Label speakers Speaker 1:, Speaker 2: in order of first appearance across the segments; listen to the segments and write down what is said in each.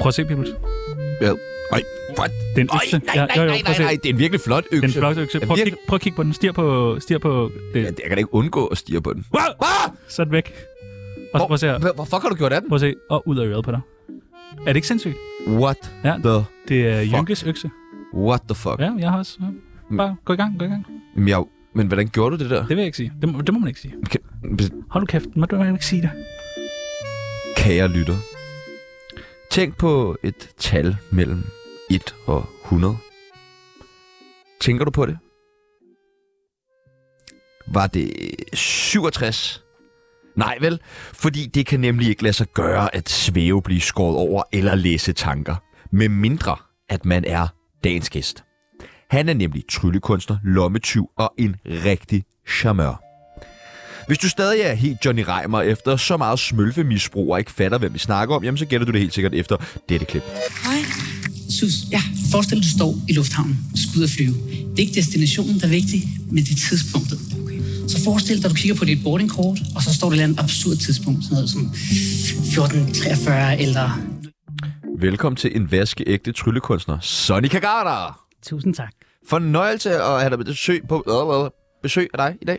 Speaker 1: Prøv at se, Pibels.
Speaker 2: Ja. Ej, what?
Speaker 1: Den
Speaker 2: Ej,
Speaker 1: økse.
Speaker 2: nej,
Speaker 1: Ja,
Speaker 2: nej,
Speaker 1: jo, jo,
Speaker 2: nej,
Speaker 1: prøv
Speaker 2: nej,
Speaker 1: at se.
Speaker 2: nej, det er en virkelig flot økse.
Speaker 1: Den flotte økse.
Speaker 2: Den
Speaker 1: Prøv at,
Speaker 2: virkelig-
Speaker 1: kigge, prøv at kigge på den. Stir på, stir på
Speaker 2: Ja,
Speaker 1: det.
Speaker 2: jeg kan da ikke undgå at stige på den.
Speaker 1: Wow!
Speaker 2: Ah!
Speaker 1: Sådan væk. Og så prøv at se her.
Speaker 2: Hvor, hvorfor har du gjort af den?
Speaker 1: Prøv at se. Og ud af øret på dig. Er det ikke sindssygt?
Speaker 2: What
Speaker 1: Ja.
Speaker 2: the...
Speaker 1: Det er
Speaker 2: Fuck.
Speaker 1: Jynkes økse.
Speaker 2: What the fuck?
Speaker 1: Ja, jeg har også. ja. Bare gå i gang, gå i gang.
Speaker 2: Jamen, jeg, men hvordan gjorde du det der?
Speaker 1: Det vil jeg ikke sige. Det må, det må man ikke sige.
Speaker 2: Kan,
Speaker 1: Hold nu kæft, må du må ikke sige det.
Speaker 2: kære lytter. Tænk på et tal mellem 1 og 100. Tænker du på det? Var det 67? Nej vel, fordi det kan nemlig ikke lade sig gøre at svæve blive skåret over eller læse tanker. Med mindre, at man er dagens gæst. Han er nemlig tryllekunstner, lommetyv og en rigtig charmeur. Hvis du stadig er helt Johnny Reimer efter så meget smølfemisbrug og ikke fatter, hvem vi snakker om, jamen så gætter du det helt sikkert efter dette klip.
Speaker 3: Hej. Sus, ja, forestil dig, du står i lufthavnen, skal ud at flyve. Det er ikke destinationen, der er vigtig, men det er tidspunktet. Okay. Så forestil dig, du kigger på dit boardingkort, og så står der et eller andet absurd tidspunkt, sådan noget som 14.43 eller...
Speaker 2: Velkommen til en vaskeægte tryllekunstner, Sonny Kagata.
Speaker 3: Tusind tak.
Speaker 2: Fornøjelse at have dig med besøg, på, øh, øh, besøg af dig i dag.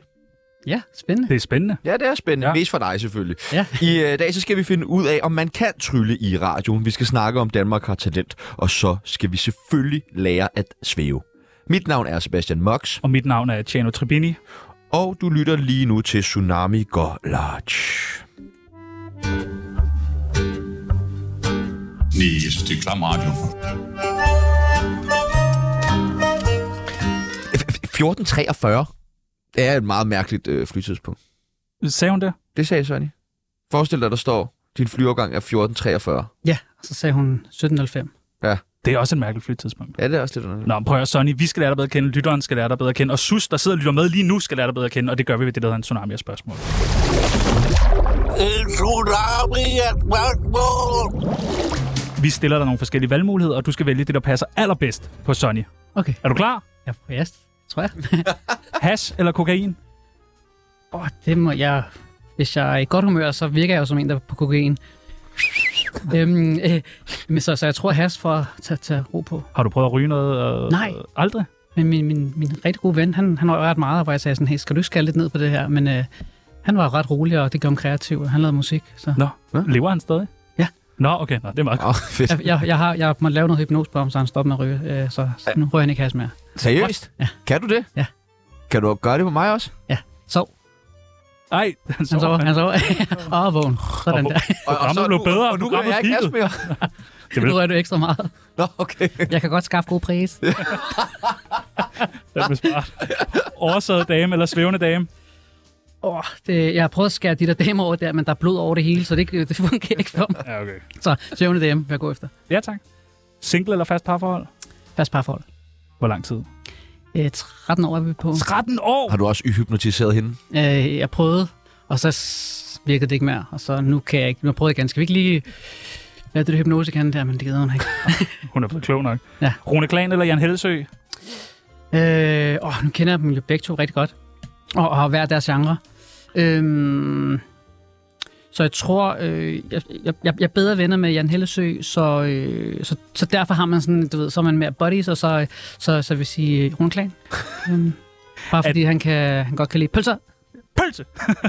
Speaker 3: Ja, spændende.
Speaker 1: Det er spændende.
Speaker 2: Ja, det er spændende.
Speaker 1: Ja.
Speaker 2: Ja. Mest for dig selvfølgelig.
Speaker 3: Ja.
Speaker 2: I øh, dag så skal vi finde ud af, om man kan trylle i radioen. Vi skal snakke om Danmark har talent, og så skal vi selvfølgelig lære at svæve. Mit navn er Sebastian Mox,
Speaker 1: Og mit navn er Tjano Tribini.
Speaker 2: og du lytter lige nu til Tsunami Går Large.
Speaker 4: Nej, jeg synes, det er klam radio.
Speaker 2: 1443. Det er et meget mærkeligt øh, flytidspunkt.
Speaker 1: Sagde hun det?
Speaker 2: Det sagde Sonny. Forestil dig, der står, din flyafgang er 1443.
Speaker 3: Ja, så sagde hun 17.05.
Speaker 1: Det er også et mærkeligt flytidspunkt.
Speaker 2: Ja, det er også lidt underligt.
Speaker 1: Nå, men prøv at høre, Sonny, vi skal lære dig bedre at kende, lytteren skal lære dig bedre at kende, og Sus, der sidder og lytter med lige nu, skal lære dig bedre at kende, og det gør vi ved det, der hedder en tsunami af spørgsmål.
Speaker 5: En tsunami er et spørgsmål.
Speaker 1: Vi stiller dig nogle forskellige valgmuligheder, og du skal vælge det, der passer allerbedst på Sonny.
Speaker 3: Okay,
Speaker 1: Er du klar?
Speaker 3: ja, ja tror jeg.
Speaker 1: Hash eller kokain?
Speaker 3: Åh, det må jeg... Hvis jeg er i godt humør, så virker jeg jo som en, der er på kokain. øhm, øh, men så, så jeg tror, has for at tage, tage ro på.
Speaker 1: Har du prøvet at ryge noget? Øh,
Speaker 3: Nej.
Speaker 1: øh, Aldrig?
Speaker 3: Men min, min, min rigtig gode ven, han, han rørte meget, hvor jeg sagde sådan, hey, skal du ikke skære lidt ned på det her? Men øh, han var ret rolig, og det gjorde ham kreativ, og han lavede musik. Så.
Speaker 1: Nå,
Speaker 2: Hva?
Speaker 1: lever han stadig?
Speaker 3: Ja.
Speaker 1: Nå, okay, Nå, det er meget godt.
Speaker 2: Åh, fedt.
Speaker 3: Jeg, jeg, jeg, har, jeg måtte lave noget hypnose på ham, så han stoppede med at ryge, øh, så, så nu rører han ikke has mere.
Speaker 2: Seriøst?
Speaker 3: Ja.
Speaker 2: Kan du det?
Speaker 3: Ja.
Speaker 2: Kan du gøre det på mig også?
Speaker 3: Sov.
Speaker 1: Ej, han
Speaker 3: Han
Speaker 1: sover.
Speaker 3: sov, han sov. og vågen. Sådan
Speaker 1: Og
Speaker 3: der.
Speaker 1: Programmet blev bedre,
Speaker 2: og nu gør
Speaker 1: programmet
Speaker 2: jeg ikke has mere.
Speaker 1: Det
Speaker 3: Nu
Speaker 1: vil,
Speaker 3: rører du ekstra meget.
Speaker 2: Nå, okay.
Speaker 3: Jeg kan godt skaffe gode pris.
Speaker 1: det vil smart. Oversaget dame eller svævende dame?
Speaker 3: Åh, det, jeg har prøvet at skære de der damer over der, men der er blod over det hele, så det, det fungerer ikke for mig.
Speaker 1: Ja, okay.
Speaker 3: Så søvne dem, hvad jeg går efter.
Speaker 1: Ja, tak. Single eller fast parforhold?
Speaker 3: Fast parforhold.
Speaker 1: Hvor lang tid?
Speaker 3: Øh, 13 år er vi på.
Speaker 1: 13 år!
Speaker 2: Har du også hypnotiseret hende?
Speaker 3: Øh, jeg prøvede, og så s- virkede det ikke mere, og så nu kan jeg ikke. Nu prøvede jeg igen. Skal vi ikke lige lade det der hypnose kan der, men det gider hun ikke.
Speaker 1: Hun er blevet klog nok.
Speaker 3: Ja.
Speaker 1: Rune Klan eller Jan Hellesø?
Speaker 3: Øh, åh, nu kender jeg dem jo begge to rigtig godt, og, og har hver deres genre. Øhm, så jeg tror, øh, jeg, jeg, jeg er bedre venner med Jan Hellesø, så, øh, så, så derfor har man sådan, du ved, så er man mere buddies, og så, så, så vil jeg sige øh, Rune Klan. øhm, bare fordi han, kan, han godt kan lide pølser.
Speaker 1: Pølse!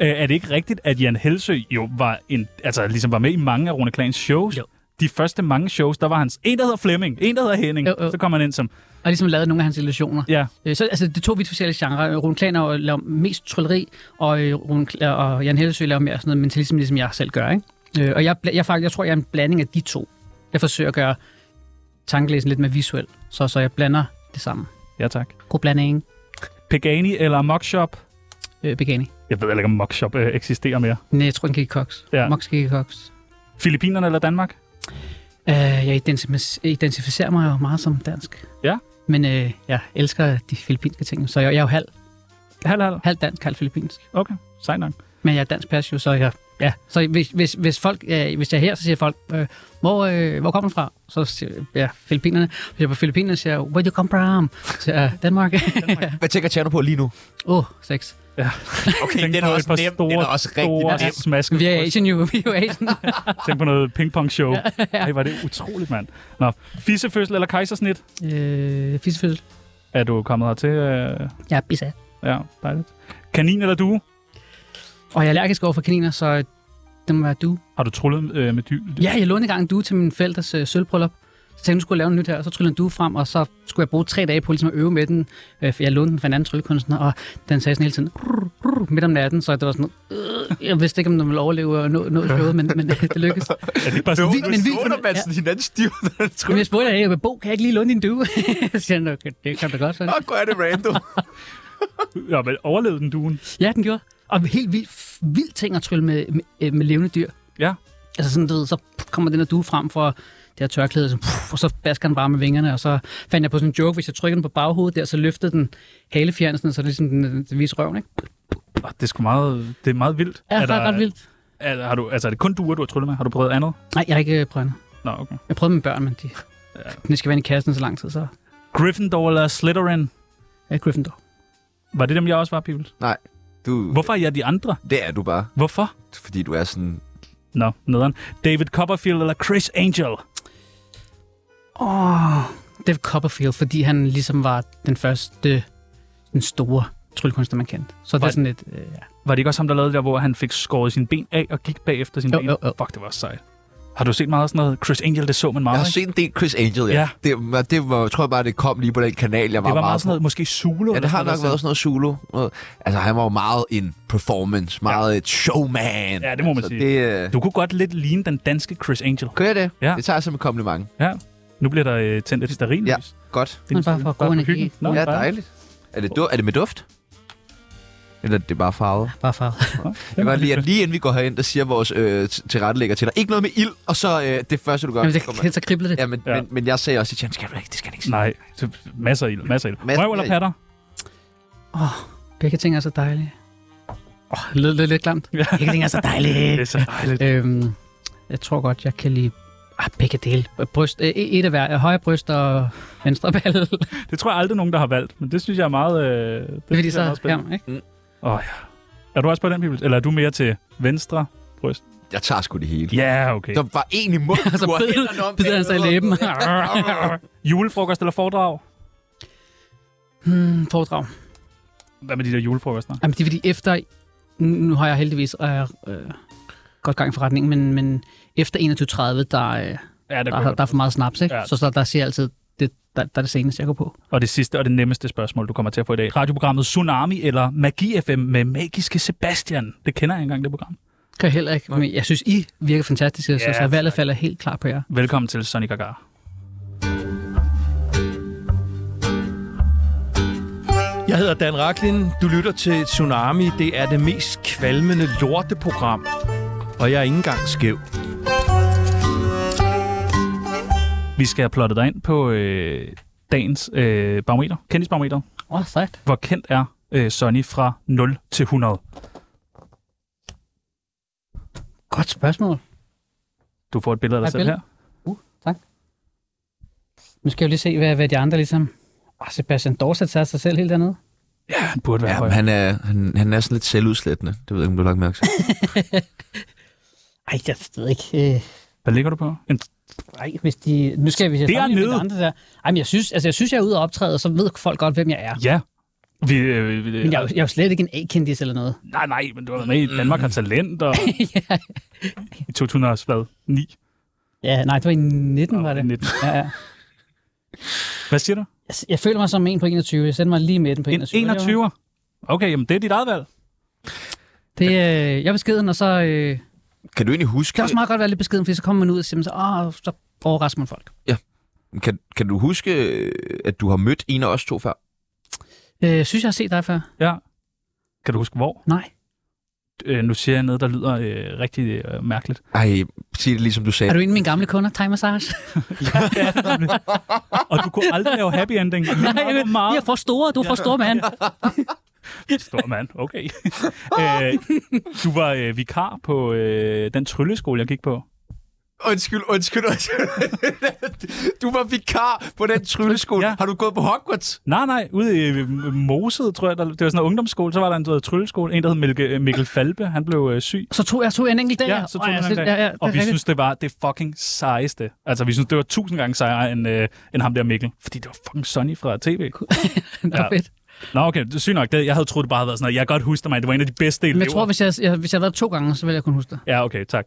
Speaker 1: Øh, er det ikke rigtigt, at Jan Hellesø jo var, en, altså, ligesom var med i mange af Rune Klans shows?
Speaker 3: Jo.
Speaker 1: De første mange shows, der var hans... En, der hedder Flemming. En, der hedder Henning.
Speaker 3: Jo, jo.
Speaker 1: Så kom han ind som...
Speaker 3: Og ligesom lavet nogle af hans illusioner.
Speaker 1: Ja,
Speaker 3: Øh, Så, altså, det er to vidt forskellige genrer. Rune Klan er jo- laver mest trylleri, og, øh, Rune, Kl- og Jan Hellesø laver mere sådan noget mentalisme, ligesom jeg selv gør. Ikke? Øh, Og jeg, bla- jeg, faktisk, jeg tror, jeg er en blanding af de to. Jeg forsøger at gøre tankelæsen lidt mere visuel, så, så jeg blander det samme.
Speaker 1: ja tak.
Speaker 3: God blanding.
Speaker 1: Pegani eller Mockshop?
Speaker 3: Øh, Begani.
Speaker 1: Jeg ved heller ikke, om Mockshop øh, eksisterer mere.
Speaker 3: Nej, jeg tror, den gik i koks.
Speaker 1: Ja.
Speaker 3: Ja. Mox gik i koks.
Speaker 1: Filippinerne eller Danmark?
Speaker 3: Øh, jeg identif- identificerer mig jo meget som dansk.
Speaker 1: Ja.
Speaker 3: Men øh, jeg elsker de filippinske ting, så jeg, jeg er jo halv,
Speaker 1: Halv, halv.
Speaker 3: halv dansk, halv filippinsk.
Speaker 1: Okay, sejt nok.
Speaker 3: Men jeg er dansk pas jo, så jeg... Ja, så hvis, hvis, hvis, folk, øh, hvis jeg er her, så siger folk, øh, hvor, øh, hvor kommer du fra? Så siger jeg, ja, Filippinerne. Hvis jeg er på Filippinerne, siger jeg, where you come from? Så siger jeg, Danmark.
Speaker 2: Hvad tænker Tjerno på lige nu?
Speaker 3: Åh, oh, sex.
Speaker 2: Okay,
Speaker 1: Tænk på et par store, store
Speaker 2: nem.
Speaker 1: smask.
Speaker 3: Vi er Asian jo, vi er jo Asian.
Speaker 1: Tænk på noget pingpong-show. Ej, var det utroligt, mand. Nå, fissefødsel eller kejsersnit?
Speaker 3: øh, fisefødsel.
Speaker 1: Er du kommet hertil? Øh,
Speaker 3: Jeg er bisat.
Speaker 1: Ja, dejligt. Kanin eller due?
Speaker 3: Og jeg er allergisk over for kaniner, så det må være du.
Speaker 1: Har du trullet øh, med dyr?
Speaker 3: Ja, jeg lånte engang en due til min fælders øh, sølvbryllup. Så tænkte jeg, nu skulle jeg lave en nyt her, og så tryllede en due frem, og så skulle jeg bruge tre dage på ligesom at øve med den. Øh, for jeg lånte den fra en anden tryllekunstner, og den sagde sådan hele tiden, "Rrr, rrr," midt om natten, så det var sådan, øh, jeg vidste ikke, om den ville overleve og nå, nå showet, men, men det lykkedes.
Speaker 1: Er det ikke bare sådan,
Speaker 2: Men
Speaker 3: men
Speaker 2: vi
Speaker 3: vildt
Speaker 2: finder
Speaker 3: fornø-
Speaker 2: man sådan hinanden stiv, når det
Speaker 3: Men jeg spurgte, hey, Bo, kan jeg ikke lige låne din due? så siger han, okay, det kan du godt sådan.
Speaker 2: Hvor er det random.
Speaker 1: ja, men overlevede den duen?
Speaker 3: Ja, den gjorde. Og helt vildt vild ting at trylle med, med, med levende dyr.
Speaker 1: Ja.
Speaker 3: Altså sådan, du ved, så kommer den her due frem fra det her tørklæde, og så, puff, og så basker den bare med vingerne, og så fandt jeg på sådan en joke, hvis jeg trykker den på baghovedet der, så løftede den halefjernsen, så det ligesom den, den viser røven, ikke?
Speaker 1: Oh, det er sgu meget, det er meget vildt.
Speaker 3: Ja, det er ret vildt.
Speaker 1: Er, har du, altså, er det kun duer, du har tryllet med? Har du prøvet andet?
Speaker 3: Nej, jeg har ikke øh, prøvet noget.
Speaker 1: Nå, okay.
Speaker 3: Jeg prøvede med børn, men de, ja. de skal være inde i kassen så lang tid, så
Speaker 1: Gryffindor eller Slytherin?
Speaker 3: er Gryffindor.
Speaker 1: Var det dem, jeg også var, Pibels?
Speaker 2: Nej, du,
Speaker 1: Hvorfor er jeg de andre?
Speaker 2: det er du bare,
Speaker 1: Hvorfor?
Speaker 2: fordi du er sådan...
Speaker 1: Nå, nederen. David Copperfield eller Chris Angel?
Speaker 3: Åh, oh, David Copperfield, fordi han ligesom var den første, den store tryllekunstner, man kendte. Så det
Speaker 1: Var-
Speaker 3: er sådan lidt, øh, ja.
Speaker 1: Var det ikke også ham, der lavede det der, hvor han fik skåret sine ben af og gik bagefter sine
Speaker 3: Jo,
Speaker 1: ben?
Speaker 3: jo, jo.
Speaker 1: Fuck, det var også sejt. Har du set meget af sådan noget? Chris Angel, det så man meget,
Speaker 2: Jeg har
Speaker 1: ikke?
Speaker 2: set en del Chris Angel, ja.
Speaker 1: Ja.
Speaker 2: Det, var- det var, jeg tror bare, det kom lige på den kanal, jeg var,
Speaker 1: Det var meget
Speaker 2: meget
Speaker 1: sådan noget, måske Zulu.
Speaker 2: Ja,
Speaker 1: eller
Speaker 2: det har
Speaker 1: sådan
Speaker 2: nok
Speaker 1: noget, der
Speaker 2: været sådan noget solo. Noget- Altså, han var jo meget en performance, meget et showman.
Speaker 1: Ja, det må man
Speaker 2: altså,
Speaker 1: sige.
Speaker 2: Det, øh,
Speaker 1: sendte- Du kunne godt lidt ligne den danske Chris Angel.
Speaker 2: Kører jeg det?
Speaker 1: Ja.
Speaker 2: Det tager jeg som et kompliment.
Speaker 1: Ja. Nu bliver der øh, tændt et stearinlys.
Speaker 2: Ja. Godt.
Speaker 1: Det er
Speaker 3: Bare for at gå energi.
Speaker 1: hyggen. Nå,
Speaker 2: ja,
Speaker 1: bare-
Speaker 2: dejligt. Er det, du- er det med duft? Eller er det bare farvet?
Speaker 3: bare far.
Speaker 2: Jeg kan godt lide, at lige inden vi går herind, der siger vores øh, t- tilrettelægger til dig, ikke noget med ild, og så øh, det første, du gør.
Speaker 3: Jamen,
Speaker 2: så kommer-
Speaker 3: det, så kribler det.
Speaker 2: Ja, men,
Speaker 1: Ja.
Speaker 2: ja. Men, men jeg sagde også til Jan, skal du ikke, det skal han ikke sige.
Speaker 1: Nej, så masser af ild, masser af ild.
Speaker 2: Masser
Speaker 1: Røv eller
Speaker 2: af
Speaker 1: patter?
Speaker 3: Begge ting er så dejlige. Åh, oh, lidt, lidt, lidt klamt.
Speaker 1: Ja.
Speaker 3: Begge ting er så
Speaker 1: Det er
Speaker 3: dejlige.
Speaker 1: så dejligt.
Speaker 3: øhm, jeg tror godt, jeg kan lide ah, begge dele. Øh, Bryst, øh, et af hver. Øh, Højre bryst og venstre balle. det
Speaker 1: Det tror jeg aldrig nogen, der har valgt, men det synes jeg er meget... Øh, det,
Speaker 3: er fordi
Speaker 1: synes jeg er
Speaker 3: så...
Speaker 1: meget
Speaker 3: Ja,
Speaker 1: spændende.
Speaker 3: ikke?
Speaker 1: Åh, ja. Er du også på den, Pibels? Eller er du mere til venstre bryst?
Speaker 2: Jeg tager sgu det hele.
Speaker 1: Ja, yeah, okay.
Speaker 2: Der var en i munden,
Speaker 3: Og så
Speaker 2: du har hænderne
Speaker 3: bider,
Speaker 2: om
Speaker 3: bider Altså, han sig i
Speaker 2: bagved.
Speaker 3: læben.
Speaker 1: Julefrokost eller foredrag?
Speaker 3: hmm, foredrag.
Speaker 1: Hvad med de der julefrokoster?
Speaker 3: Jamen, det er fordi efter... Nu har jeg heldigvis øh, øh, godt gang i forretningen, men, men efter 21.30, der, øh,
Speaker 1: Ja, det
Speaker 3: der, der er for meget snaps, ikke?
Speaker 1: Ja.
Speaker 3: Ja. Så, så der siger jeg altid, det, der, der er det seneste, jeg går på.
Speaker 1: Og det sidste og det nemmeste spørgsmål, du kommer til at få i dag. Radioprogrammet Tsunami eller Magi FM med magiske Sebastian. Det kender jeg ikke engang, det program.
Speaker 3: Kan jeg heller ikke, men jeg synes, I virker fantastiske, ja, så,
Speaker 1: Ja,
Speaker 3: så valget
Speaker 1: tak.
Speaker 3: falder helt klar på jer.
Speaker 1: Velkommen til Sonic Agar.
Speaker 4: Jeg hedder Dan Raklin. Du lytter til Tsunami. Det er det mest kvalmende lorteprogram. Og jeg er ikke engang skæv.
Speaker 1: Vi skal have plottet dig ind på øh, dagens øh, barometer, kendisbarometer.
Speaker 3: Åh, oh, sejt.
Speaker 1: Hvor kendt er øh, Sonny fra 0 til 100?
Speaker 3: Godt spørgsmål.
Speaker 1: Du får et billede af dig
Speaker 3: Har
Speaker 1: selv
Speaker 3: jeg et
Speaker 1: her.
Speaker 3: Nu skal jeg jo lige se, hvad, hvad de andre ligesom... Åh, Sebastian Dorset tager sig selv helt dernede.
Speaker 1: Ja, han burde være
Speaker 2: Ja,
Speaker 1: ja,
Speaker 2: men
Speaker 1: højere.
Speaker 2: han er, han, han er sådan lidt selvudslættende. Det ved jeg ikke, om du har lagt mærke til.
Speaker 3: Ej, jeg ved ikke. Øh,
Speaker 1: Hvad ligger du på? En,
Speaker 3: ej, hvis de... Nu skal jeg, hvis jeg
Speaker 1: Det er
Speaker 3: sammenligner med
Speaker 1: nede.
Speaker 3: de andre der. Ej, men jeg synes, altså, jeg synes, jeg er ude og optræde, og så ved folk godt, hvem jeg er.
Speaker 1: ja. Vi, øh, vi,
Speaker 3: Men jeg, er
Speaker 1: øh,
Speaker 3: jo- jeg er jo slet ikke en A-kendis eller noget.
Speaker 1: nej, nej, men du har været med
Speaker 3: Mm.
Speaker 1: i Danmark har talent og... I 2009.
Speaker 3: Ja, nej, det var i 19, var det.
Speaker 1: 19.
Speaker 3: Ja, ja.
Speaker 1: Hvad siger du?
Speaker 3: Jeg, jeg føler mig som en på 21. Jeg sender mig lige med den på
Speaker 1: En
Speaker 3: 21.
Speaker 1: 21'er? Okay, jamen det er dit eget valg.
Speaker 3: Det, øh, jeg er beskeden, og så... Øh,
Speaker 2: Kan du egentlig
Speaker 3: det kan
Speaker 2: huske,
Speaker 3: også meget godt være lidt beskeden, fordi så kommer man ud og siger, man så, åh, så overrasker man folk.
Speaker 2: kan, kan du huske, øh, at du har mødt en af os to før?
Speaker 3: Øh, synes jeg har set dig før?
Speaker 1: Ja. Kan du huske hvor?
Speaker 3: Nej.
Speaker 1: Øh, nu siger jeg noget, der lyder øh, rigtig øh, mærkeligt.
Speaker 2: Ej, sig det ligesom du sagde.
Speaker 3: Er du en af mine gamle kunder, Time Massage?
Speaker 1: Og du kunne aldrig lave happy ending. Nej,
Speaker 3: Jeg får store, du får store, mand.
Speaker 1: Stor mand, okay. øh, du var øh, vikar på øh, den trylleskole, jeg gik på.
Speaker 2: Undskyld, undskyld, undskyld. du var vikar på den trylleskole.
Speaker 1: Ja.
Speaker 2: Har du gået på Hogwarts?
Speaker 1: Nej, nej, ude i øh, Moset, tror jeg, der, det var sådan en ungdomsskole, så var der en du ved, trylleskole, en, der hed Mikkel, Mikkel Falbe, han blev øh, syg.
Speaker 3: Så tog jeg tog jeg en enkelt dag.
Speaker 1: Ja,
Speaker 3: her.
Speaker 1: så
Speaker 3: Og
Speaker 1: tog
Speaker 3: jeg
Speaker 1: han en
Speaker 3: synes- Ja, ja,
Speaker 1: dag.
Speaker 3: det er
Speaker 1: Og vi
Speaker 3: rigtigt.
Speaker 1: synes, det var det fucking sejeste. Altså, vi synes, det var tusind gange sejere end, øh, end ham der Mikkel. Fordi det var fucking Sonny fra tv.
Speaker 3: Nå,
Speaker 1: Ja.
Speaker 3: fedt.
Speaker 1: Nå, okay, det er sygt nok. Det, jeg havde troet, det bare havde været sådan noget. Jeg kan godt huske dig, mand. Det var en af de bedste
Speaker 3: Men
Speaker 1: elever.
Speaker 3: jeg tror, hvis jeg, jeg, hvis jeg havde været to gange, så ville jeg kunne huske det.
Speaker 1: Ja, okay, tak.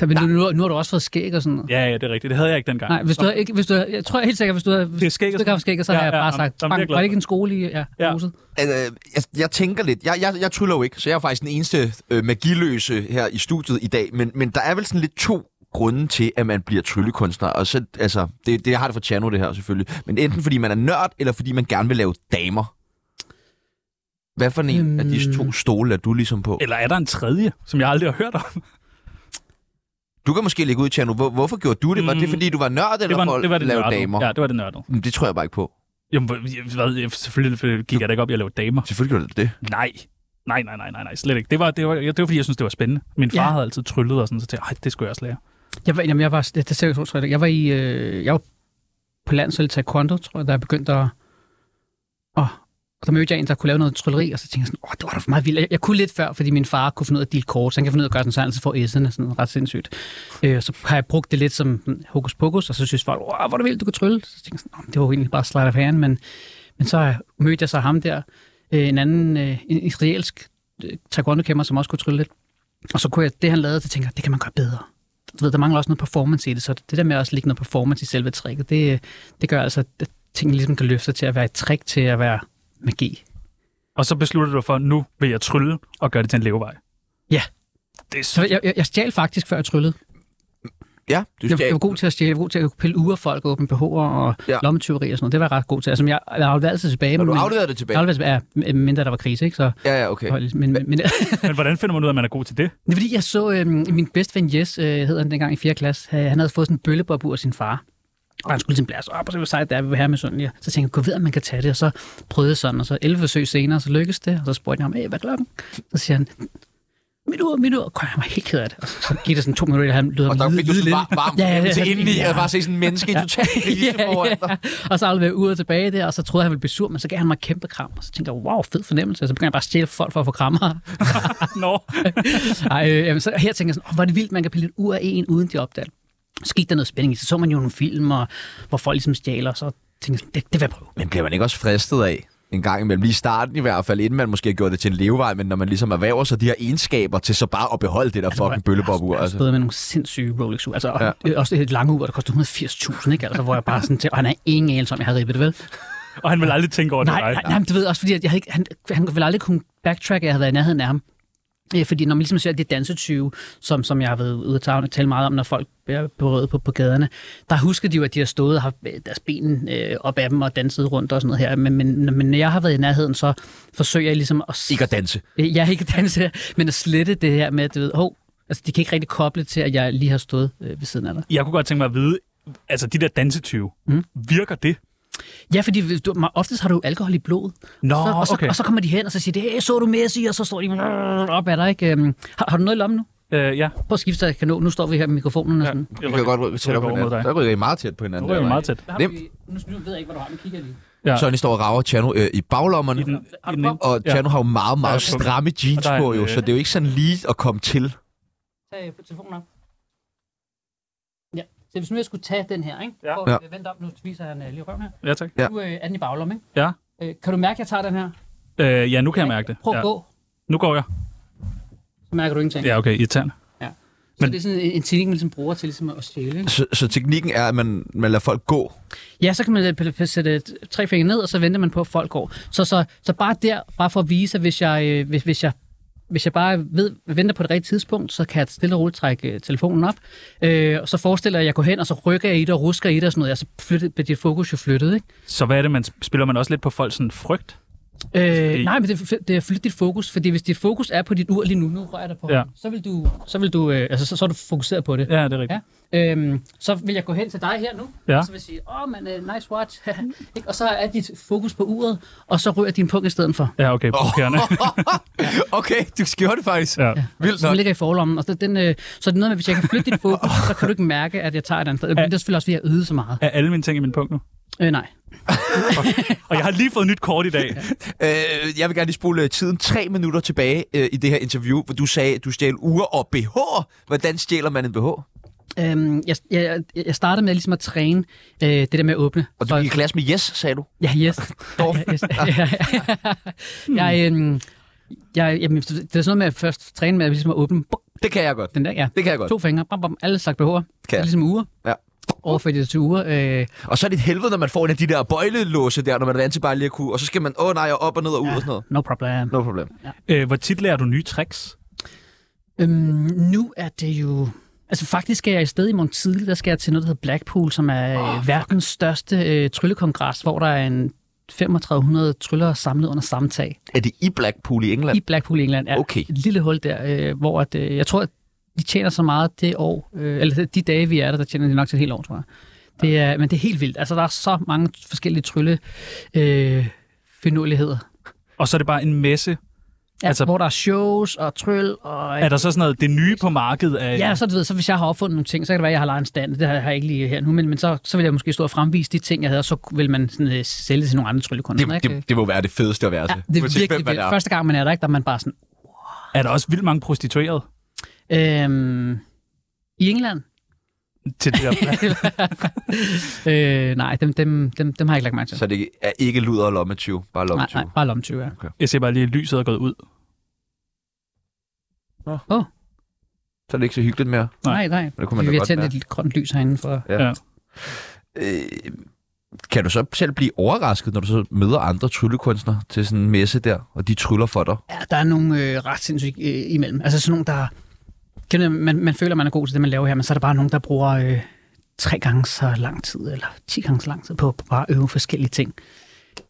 Speaker 3: Der, men nu, nu har du også fået skæg og sådan noget.
Speaker 1: Ja, ja, det er rigtigt. Det havde jeg ikke dengang.
Speaker 3: Nej, hvis du havde, ikke, hvis du havde, jeg tror helt sikkert, hvis du havde, hvis,
Speaker 1: Det er skæg og
Speaker 3: hvis du ikke havde haft skæg, så
Speaker 1: Ja,
Speaker 3: ja, havde jeg
Speaker 1: ja,
Speaker 3: bare
Speaker 1: jamen,
Speaker 3: sagt,
Speaker 1: jamen, det er jeg
Speaker 3: "Bang,
Speaker 1: glad
Speaker 3: var det
Speaker 1: for."
Speaker 3: ikke en skole i ja,
Speaker 1: Ja.
Speaker 3: ja. huset?
Speaker 2: Altså, jeg, jeg tænker lidt. Jeg, jeg, jeg tryller jo ikke, så jeg er faktisk den eneste øh, magiløse her i studiet i dag. Men, men der er vel sådan lidt to grunde til, at man bliver tryllekunstner. Og så, altså, det, det jeg har det fra Tjerno, det her selvfølgelig. Men enten fordi man er nørd, eller fordi man gerne vil lave damer. Hvad for en af de
Speaker 1: Hmm.
Speaker 2: to stole er du ligesom på?
Speaker 1: Eller er der en tredje, som jeg aldrig har hørt om?
Speaker 2: Du kan måske lægge ud, Tjerno. Hvor, hvorfor gjorde du det? Var det,
Speaker 1: Mm.
Speaker 2: fordi du var nørd, eller
Speaker 1: Det var,
Speaker 2: for at
Speaker 1: det var det
Speaker 2: lave
Speaker 1: nørdede.
Speaker 2: damer?
Speaker 1: Ja, det var det nørdede.
Speaker 2: Men Det tror jeg bare ikke på.
Speaker 1: Jamen, hvor- jeg, hvad, jeg, selvfølgelig selvfølgelig gik jeg da ikke op i at lave damer.
Speaker 2: Selvfølgelig gjorde du det.
Speaker 1: Nej. Nej, nej, nej, nej, nej, slet ikke. Det var, det var, det var fordi, jeg synes det var spændende. Min far
Speaker 3: Ja.
Speaker 1: havde altid tryllet og sådan, så tænkte jeg, "Ej, det skulle jeg også lære.
Speaker 3: Jeg var, jamen, jeg var, det, det ser jeg, tror jeg, jeg var i, øh, jeg var på landsholdet i taekwondo, tror jeg, da jeg begyndte at, og, og der mødte jeg en, der kunne lave noget trylleri, og så tænkte jeg sådan, åh, det var da for meget vildt. Jeg, jeg, kunne lidt før, fordi min far kunne finde ud af at deal kort, så han kan finde ud af at gøre sådan, så han altid får S'erne, sådan noget ret sindssygt. Øh, så har jeg brugt det lidt som sådan, hokus pokus, og så synes folk, åh, hvor er det vildt, du kan trylle. Så tænkte jeg sådan, "Nå, men det var jo egentlig bare slide of hand, men, men så øh, mødte jeg så ham der, øh, en anden, øh, en israelsk øh, taekwondo-kæmper, som også kunne trylle lidt. Og så kunne jeg, det han lavede, så tænker jeg, det kan man gøre bedre du ved, der mangler også noget performance i det, så det der med at også lægge noget performance i selve tricket, det, det gør altså, at tingene ligesom kan løfte sig til at være et trick, til at være magi.
Speaker 1: Og så besluttede du dig for, at nu vil jeg trylle og gøre det til en levevej.
Speaker 3: Ja.
Speaker 1: Det er så...
Speaker 3: Så jeg, jeg, jeg stjal faktisk, før jeg tryllede.
Speaker 2: Ja, du
Speaker 3: Jeg,
Speaker 2: stjal-
Speaker 3: jeg var god til at stjæle, jeg var god til at kunne pille uger folk, åbne BH'er og
Speaker 2: Ja.
Speaker 3: ja. lommetyveri og sådan noget. Det var jeg ret god til. Altså, jeg, jeg afleverede altid tilbage.
Speaker 2: Når du
Speaker 3: men-
Speaker 2: afleverede det
Speaker 3: jeg
Speaker 2: tilbage.
Speaker 3: afleverede tilbage, ja, mindre der var krise, ikke? Så,
Speaker 2: Ja, ja, okay.
Speaker 3: men, men, men,
Speaker 1: Men hvordan finder man ud af, at man er god til det?
Speaker 3: Det er fordi, jeg så øh, min bedste ven Jes, øh, hed han dengang i 4. klasse, øh, han havde fået sådan en bøllebob ud af sin far. Og han skulle ligesom blæse op, og så var sejt, der vi vil have med sådan lige. Så tænkte jeg, gå ved, om man kan tage det, og så prøvede jeg sådan, og så 11 forsøg senere, så lykkedes det, og så spurgte jeg ham, "Hey, hvad er klokken? Så siger han, mit ur, mit ur, kom, jeg var helt ked af det. Og så gik der sådan to minutter, og han lød
Speaker 2: Og
Speaker 3: ham
Speaker 2: der fik du
Speaker 3: lide-
Speaker 2: sådan
Speaker 3: lide
Speaker 2: var,
Speaker 3: lidt.
Speaker 2: varm
Speaker 3: Ja, ja,
Speaker 2: ja, ja,
Speaker 3: ja,
Speaker 2: indeni,
Speaker 3: ja.
Speaker 2: og bare se sådan en menneske i total krise foran dig.
Speaker 3: Og så afleverede jeg uret tilbage der, og så troede jeg, han ville blive sur, men så gav han mig et kæmpe kram. Og så tænkte jeg, wow, fed fornemmelse. Og så begyndte jeg bare at stjæle folk for at få krammer.
Speaker 1: Nå,
Speaker 3: Ej, øh, jamen, så her tænker jeg sådan, oh, hvor er det vildt, man kan pille et ur af en, uden de opdager det." Så gik der noget spænding i, så så man jo nogle film, og, hvor folk ligesom stjæler, og så tænkte jeg sådan, det, det vil jeg prøve.
Speaker 2: Men bliver man ikke også fristet af en gang imellem, lige i starten i hvert fald, inden man måske har gjort det til en levevej, men når man ligesom erhverver sig de her egenskaber til så bare at beholde det der fucking bøllebobur.
Speaker 3: Altså.
Speaker 2: Altså.
Speaker 3: Både med nogle sindssyge Rolex ur, altså og, øh, også et lange ur, der koster 180.000, ikke? Altså, hvor jeg bare sådan til, og han har ingen anelse om, jeg har ribbet det, vel?
Speaker 1: og han vil aldrig tænke over det.
Speaker 3: Nej, nej, nej, men du ved også, fordi at jeg havde ikke, han, han ville aldrig kunne backtrack, at jeg havde været i nærheden af ham. Øh, Fordi når man ligesom ser det dansetyve, som, som jeg har været ude at tale- tale meget om, når folk er berøvet på, på gaderne, der husker de jo, at de har stået og haft øh, deres ben øh, op af dem og danset rundt og sådan noget her. Men, men, men når jeg har været i nærheden, så forsøger jeg ligesom at... s-
Speaker 2: Ikke at danse.
Speaker 3: Øh, Jeg ikke danse, men at slette det her med, at du ved, hov, altså de kan ikke rigtig koble til, at jeg lige har stået øh, ved siden af dig.
Speaker 1: Jeg kunne godt tænke mig at vide, altså de der dansetyve, mm. virker det?
Speaker 3: Ja, fordi hvis du, ma- oftest har du jo alkohol i blodet.
Speaker 1: Nå,
Speaker 3: så, og, så,
Speaker 1: okay.
Speaker 3: og så kommer de hen, og så siger de, hey, så du Messi, og så står de op ad dig. Ikke? Øhm, Har, har du noget i lommen nu?
Speaker 1: Øh, ja,
Speaker 3: Prøv at skifte dig kanon. Nu står vi her med mikrofonen og sådan.
Speaker 2: Vi kan godt rykke tæt
Speaker 1: rykker
Speaker 2: op på
Speaker 1: over mod
Speaker 2: hinanden.
Speaker 1: dig.
Speaker 2: Der rykker I meget tæt på hinanden.
Speaker 1: Nu rykker vi
Speaker 2: der,
Speaker 1: meget tæt.
Speaker 3: Ja.
Speaker 2: Nemt.
Speaker 3: Nu, nu ved jeg ikke, hvad du har, men kigger lige.
Speaker 1: Ja.
Speaker 2: Sonny står og rager Tjerno øh, i baglommerne,
Speaker 1: I den, i den
Speaker 3: Ja.
Speaker 1: ene.
Speaker 2: og Tjerno har jo meget, meget
Speaker 1: Ja, på-
Speaker 2: stramme jeans
Speaker 1: Og der er
Speaker 2: på
Speaker 1: en,
Speaker 2: jo,
Speaker 1: øh,
Speaker 2: så det er jo ikke sådan lige at komme til.
Speaker 3: Tag øh, telefonen op. Ja, så hvis nu jeg skulle tage den her, ikke?
Speaker 1: Ja.
Speaker 3: Prøv,
Speaker 2: Ja.
Speaker 3: øh, Vent op, nu viser han øh, lige røven her.
Speaker 1: Ja, tak.
Speaker 2: Ja.
Speaker 3: Nu øh, er den i baglommen, ikke?
Speaker 1: Ja.
Speaker 3: Øh, kan du mærke, at jeg tager den her?
Speaker 1: Øh, ja, nu kan jeg mærke det.
Speaker 3: Prøv at
Speaker 1: Ja.
Speaker 3: gå,
Speaker 1: Nu går jeg.
Speaker 3: så mærker du ingenting.
Speaker 1: Ja, okay, irriterende.
Speaker 3: Så
Speaker 1: men-
Speaker 3: det er sådan en, en ting, man ligesom bruger til ligesom at stjæle. ikke?
Speaker 2: Så, så teknikken er, at man, man lader folk gå.
Speaker 3: Ja, så kan man øh, p- p- sætte t- tre fingre ned, og så venter man på, at folk går. Så, så, så bare der, bare for at vise, at hvis jeg, øh, hvis, hvis jeg, hvis jeg bare ved, venter på det rigtige tidspunkt, så kan jeg stille og roligt trække øh, telefonen op. Øh, og så forestiller jeg, at jeg går hen, og så rykker jeg i det, og rusker i det og sådan noget. Og så flytter, bliver dit fokus jo flyttet, ikke?
Speaker 1: Så hvad er det, man spiller man også lidt på folks sådan, frygt?
Speaker 3: Øh, nej, men det, er f- det er flyt dit fokus, fordi hvis dit fokus er på dit ur lige nu, nu rører jeg dig på,
Speaker 1: Ja.
Speaker 3: ja. så vil du, så vil du, øh, altså så, så er du fokuseret på det.
Speaker 1: Ja, det er rigtigt.
Speaker 3: Ja. Øhm, så vil jeg gå hen til dig her nu,
Speaker 1: Ja.
Speaker 3: og så vil jeg sige, åh, oh, man, uh, nice watch. Ikke? og så er dit fokus på uret, og så rører din punkt i stedet for.
Speaker 1: Ja, okay, provokerende.
Speaker 2: okay, du gjorde det faktisk.
Speaker 1: Ja.
Speaker 2: Vildt
Speaker 3: Så
Speaker 2: nok.
Speaker 3: Altså, den ligger i forlommen, og så, den, øh, så er det noget med, at hvis jeg kan flytte dit fokus, så kan du ikke mærke, at jeg tager et andet sted. Men det er selvfølgelig også, fordi jeg øvede så meget.
Speaker 1: Er alle mine ting i min punkt nu?
Speaker 3: Øh, nej.
Speaker 1: Og jeg har lige fået nyt kort i dag.
Speaker 2: Øh, jeg vil gerne lige spole tiden tre minutter tilbage øh, i det her interview, hvor du sagde, at du stjal uger og BH. Hvordan stjæler man en BH?
Speaker 3: Øhm, jeg, jeg, jeg startede med ligesom at træne øh, det der med at åbne.
Speaker 2: Og du
Speaker 3: Så-
Speaker 2: gik i klasse med yes, sagde du.
Speaker 3: Ja, yes.
Speaker 2: Dorf.
Speaker 3: Ja, yes. Ja. jeg, øhm, jeg, jamen, det er sådan noget med at først træne med at ligesom at åbne buk,
Speaker 2: Det kan jeg godt.
Speaker 3: den der, ja.
Speaker 2: Det kan jeg godt.
Speaker 3: To fingre, bam, bam, alle slags behov.
Speaker 2: Kan
Speaker 3: Det er
Speaker 2: jeg.
Speaker 3: ligesom uger.
Speaker 2: Ja.
Speaker 3: Overfør det til uger. Øh,
Speaker 2: Og så er det et helvede, når man får en af de der bøjlelåse der, når man er vant til bare lige at kunne. Og så skal man, åh oh, nej, og op og ned og ud ja. og sådan noget.
Speaker 3: no problem.
Speaker 2: No problem.
Speaker 1: Øh, hvor tit lærer du nye tricks?
Speaker 3: Øhm, nu er det jo... Altså faktisk skal jeg i stedet i morgen tidlig, der skal jeg til noget, der hedder Blackpool, som er
Speaker 2: Ah.
Speaker 3: oh, verdens største øh, tryllekongres, hvor der er en 3500 tryllere samlet under samme tag.
Speaker 2: Er det i Blackpool i England?
Speaker 3: I Blackpool i England er
Speaker 2: Okay.
Speaker 3: et lille hul der, øh, hvor at, øh, jeg tror, at de tjener så meget det år, øh, eller de dage, vi er der, der tjener de nok til et helt år, tror jeg. Det er, men det er helt vildt. Altså, der er så mange forskellige trylle øh, finurligheder.
Speaker 1: Og så er det bare en messe.
Speaker 3: Ja,
Speaker 1: Altså-
Speaker 3: altså, hvor der er shows og tryl og...
Speaker 1: Er der så sådan noget, det nye på markedet er...
Speaker 3: Ja, så, du ved, så hvis jeg har opfundet nogle ting, så kan det være, at jeg har lejet en stand. Det har har jeg ikke lige her nu, men, men så, så vil jeg måske stå og fremvise de ting, jeg havde, og så vil man sådan, øh, sælge det til nogle andre tryllekunstnere.
Speaker 2: Det,
Speaker 3: ikke?
Speaker 2: det, det, må være det fedeste at være til.
Speaker 3: ja, det er
Speaker 2: Uanset hvem
Speaker 3: virkelig
Speaker 2: man
Speaker 3: vildt. Første gang, man er der, ikke, der er man bare sådan...
Speaker 1: er der også vildt mange prostituerede
Speaker 3: Øhm, I England?
Speaker 1: til det der?
Speaker 3: øh, nej, dem, dem, dem, dem har jeg ikke lagt mærke til.
Speaker 2: Så det er ikke luder og lommetyv, bare
Speaker 3: nej,
Speaker 2: lommetyv.
Speaker 3: nej, bare lommetyve, ja.
Speaker 1: Jeg ser bare lige, at lyset er gået ud.
Speaker 2: Så er det ikke så hyggeligt mere.
Speaker 1: Nej.
Speaker 3: Nej, nej.
Speaker 2: Det kunne man da
Speaker 3: vi har
Speaker 2: godt
Speaker 3: tændt
Speaker 2: være.
Speaker 3: et lidt grønt lys herinde for...
Speaker 1: Ja.
Speaker 2: Øh, kan du så selv blive overrasket, når du så møder andre tryllekunstnere til sådan en messe der, og de tryller for dig?
Speaker 3: Ja, der er nogle øh, ret sindssygt øh, imellem. Altså sådan nogle, der... Kan du- Man, man føler, man er god til det, man laver her, men så er der bare nogen, der bruger øh, tre gange så lang tid, eller ti gange så lang tid på, på bare at øve forskellige ting.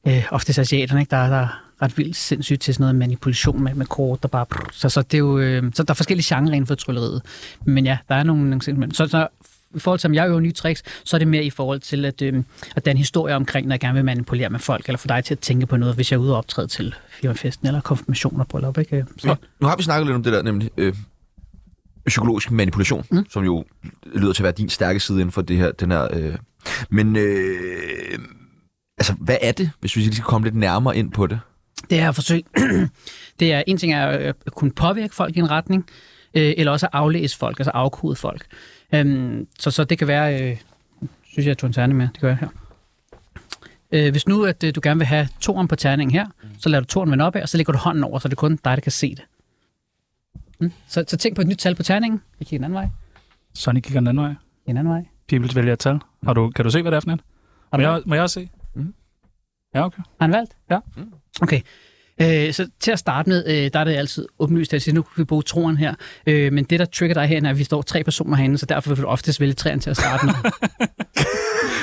Speaker 3: Øh, ofte asiaterne, ikke? Der, er- der er ret vildt sindssygt til sådan noget manipulation med, med kort, der bare... Brrr, så, så, det er jo, øh, så der er forskellige genrer inden for trylleriet. Men ja, der er nogle, nogle ting imellem. Så, så i forhold til, om jeg øver nye tricks, så er det mere i forhold til at, øh, at danne historier omkring, når jeg gerne vil manipulere med folk, eller få dig til at tænke på noget, hvis jeg er ude og optræde til firmafesten eller konfirmationer på op, ikke? Øh, Så,
Speaker 2: Nu, nu har vi snakket lidt om det der, nemlig øh, psykologisk manipulation, mm. som jo lyder til at være din stærke side inden for det her, den her... Øh. Men øh, altså, hvad er det, hvis vi lige skal komme lidt nærmere ind på det?
Speaker 3: Det er at forsøge. det er en ting er at øh, kunne påvirke folk i en retning, øh, eller også at aflæse folk, altså afkode folk. Øhm, så, så det kan være, øh, synes jeg, jeg tog en terning med, det gør jeg her. Øh, hvis nu, at øh, du gerne vil have toren på terningen her, så lader du toren vende opad, og så lægger du hånden over, så det er kun dig, der kan se det. Mm. Så, så tænk på et nyt tal på terningen. Jeg kigger en anden vej,
Speaker 1: Sonic kigger den anden vej.
Speaker 3: en anden vej.
Speaker 1: Peoples vælger et tal. Har du, kan du se, hvad det er for en? Må jeg, må jeg også se?
Speaker 3: Mhm.
Speaker 1: Ja, okay.
Speaker 3: Har han valgt?
Speaker 1: Ja.
Speaker 2: Mm.
Speaker 3: Okay. Øh, så til at starte med, øh, der er det altid åbenlyst at sige, nu kan vi bruge troen her. Øh, men det, der trigger dig herinde, er, at vi står tre personer herinde, så derfor vil du oftest vælge træerne til at starte med.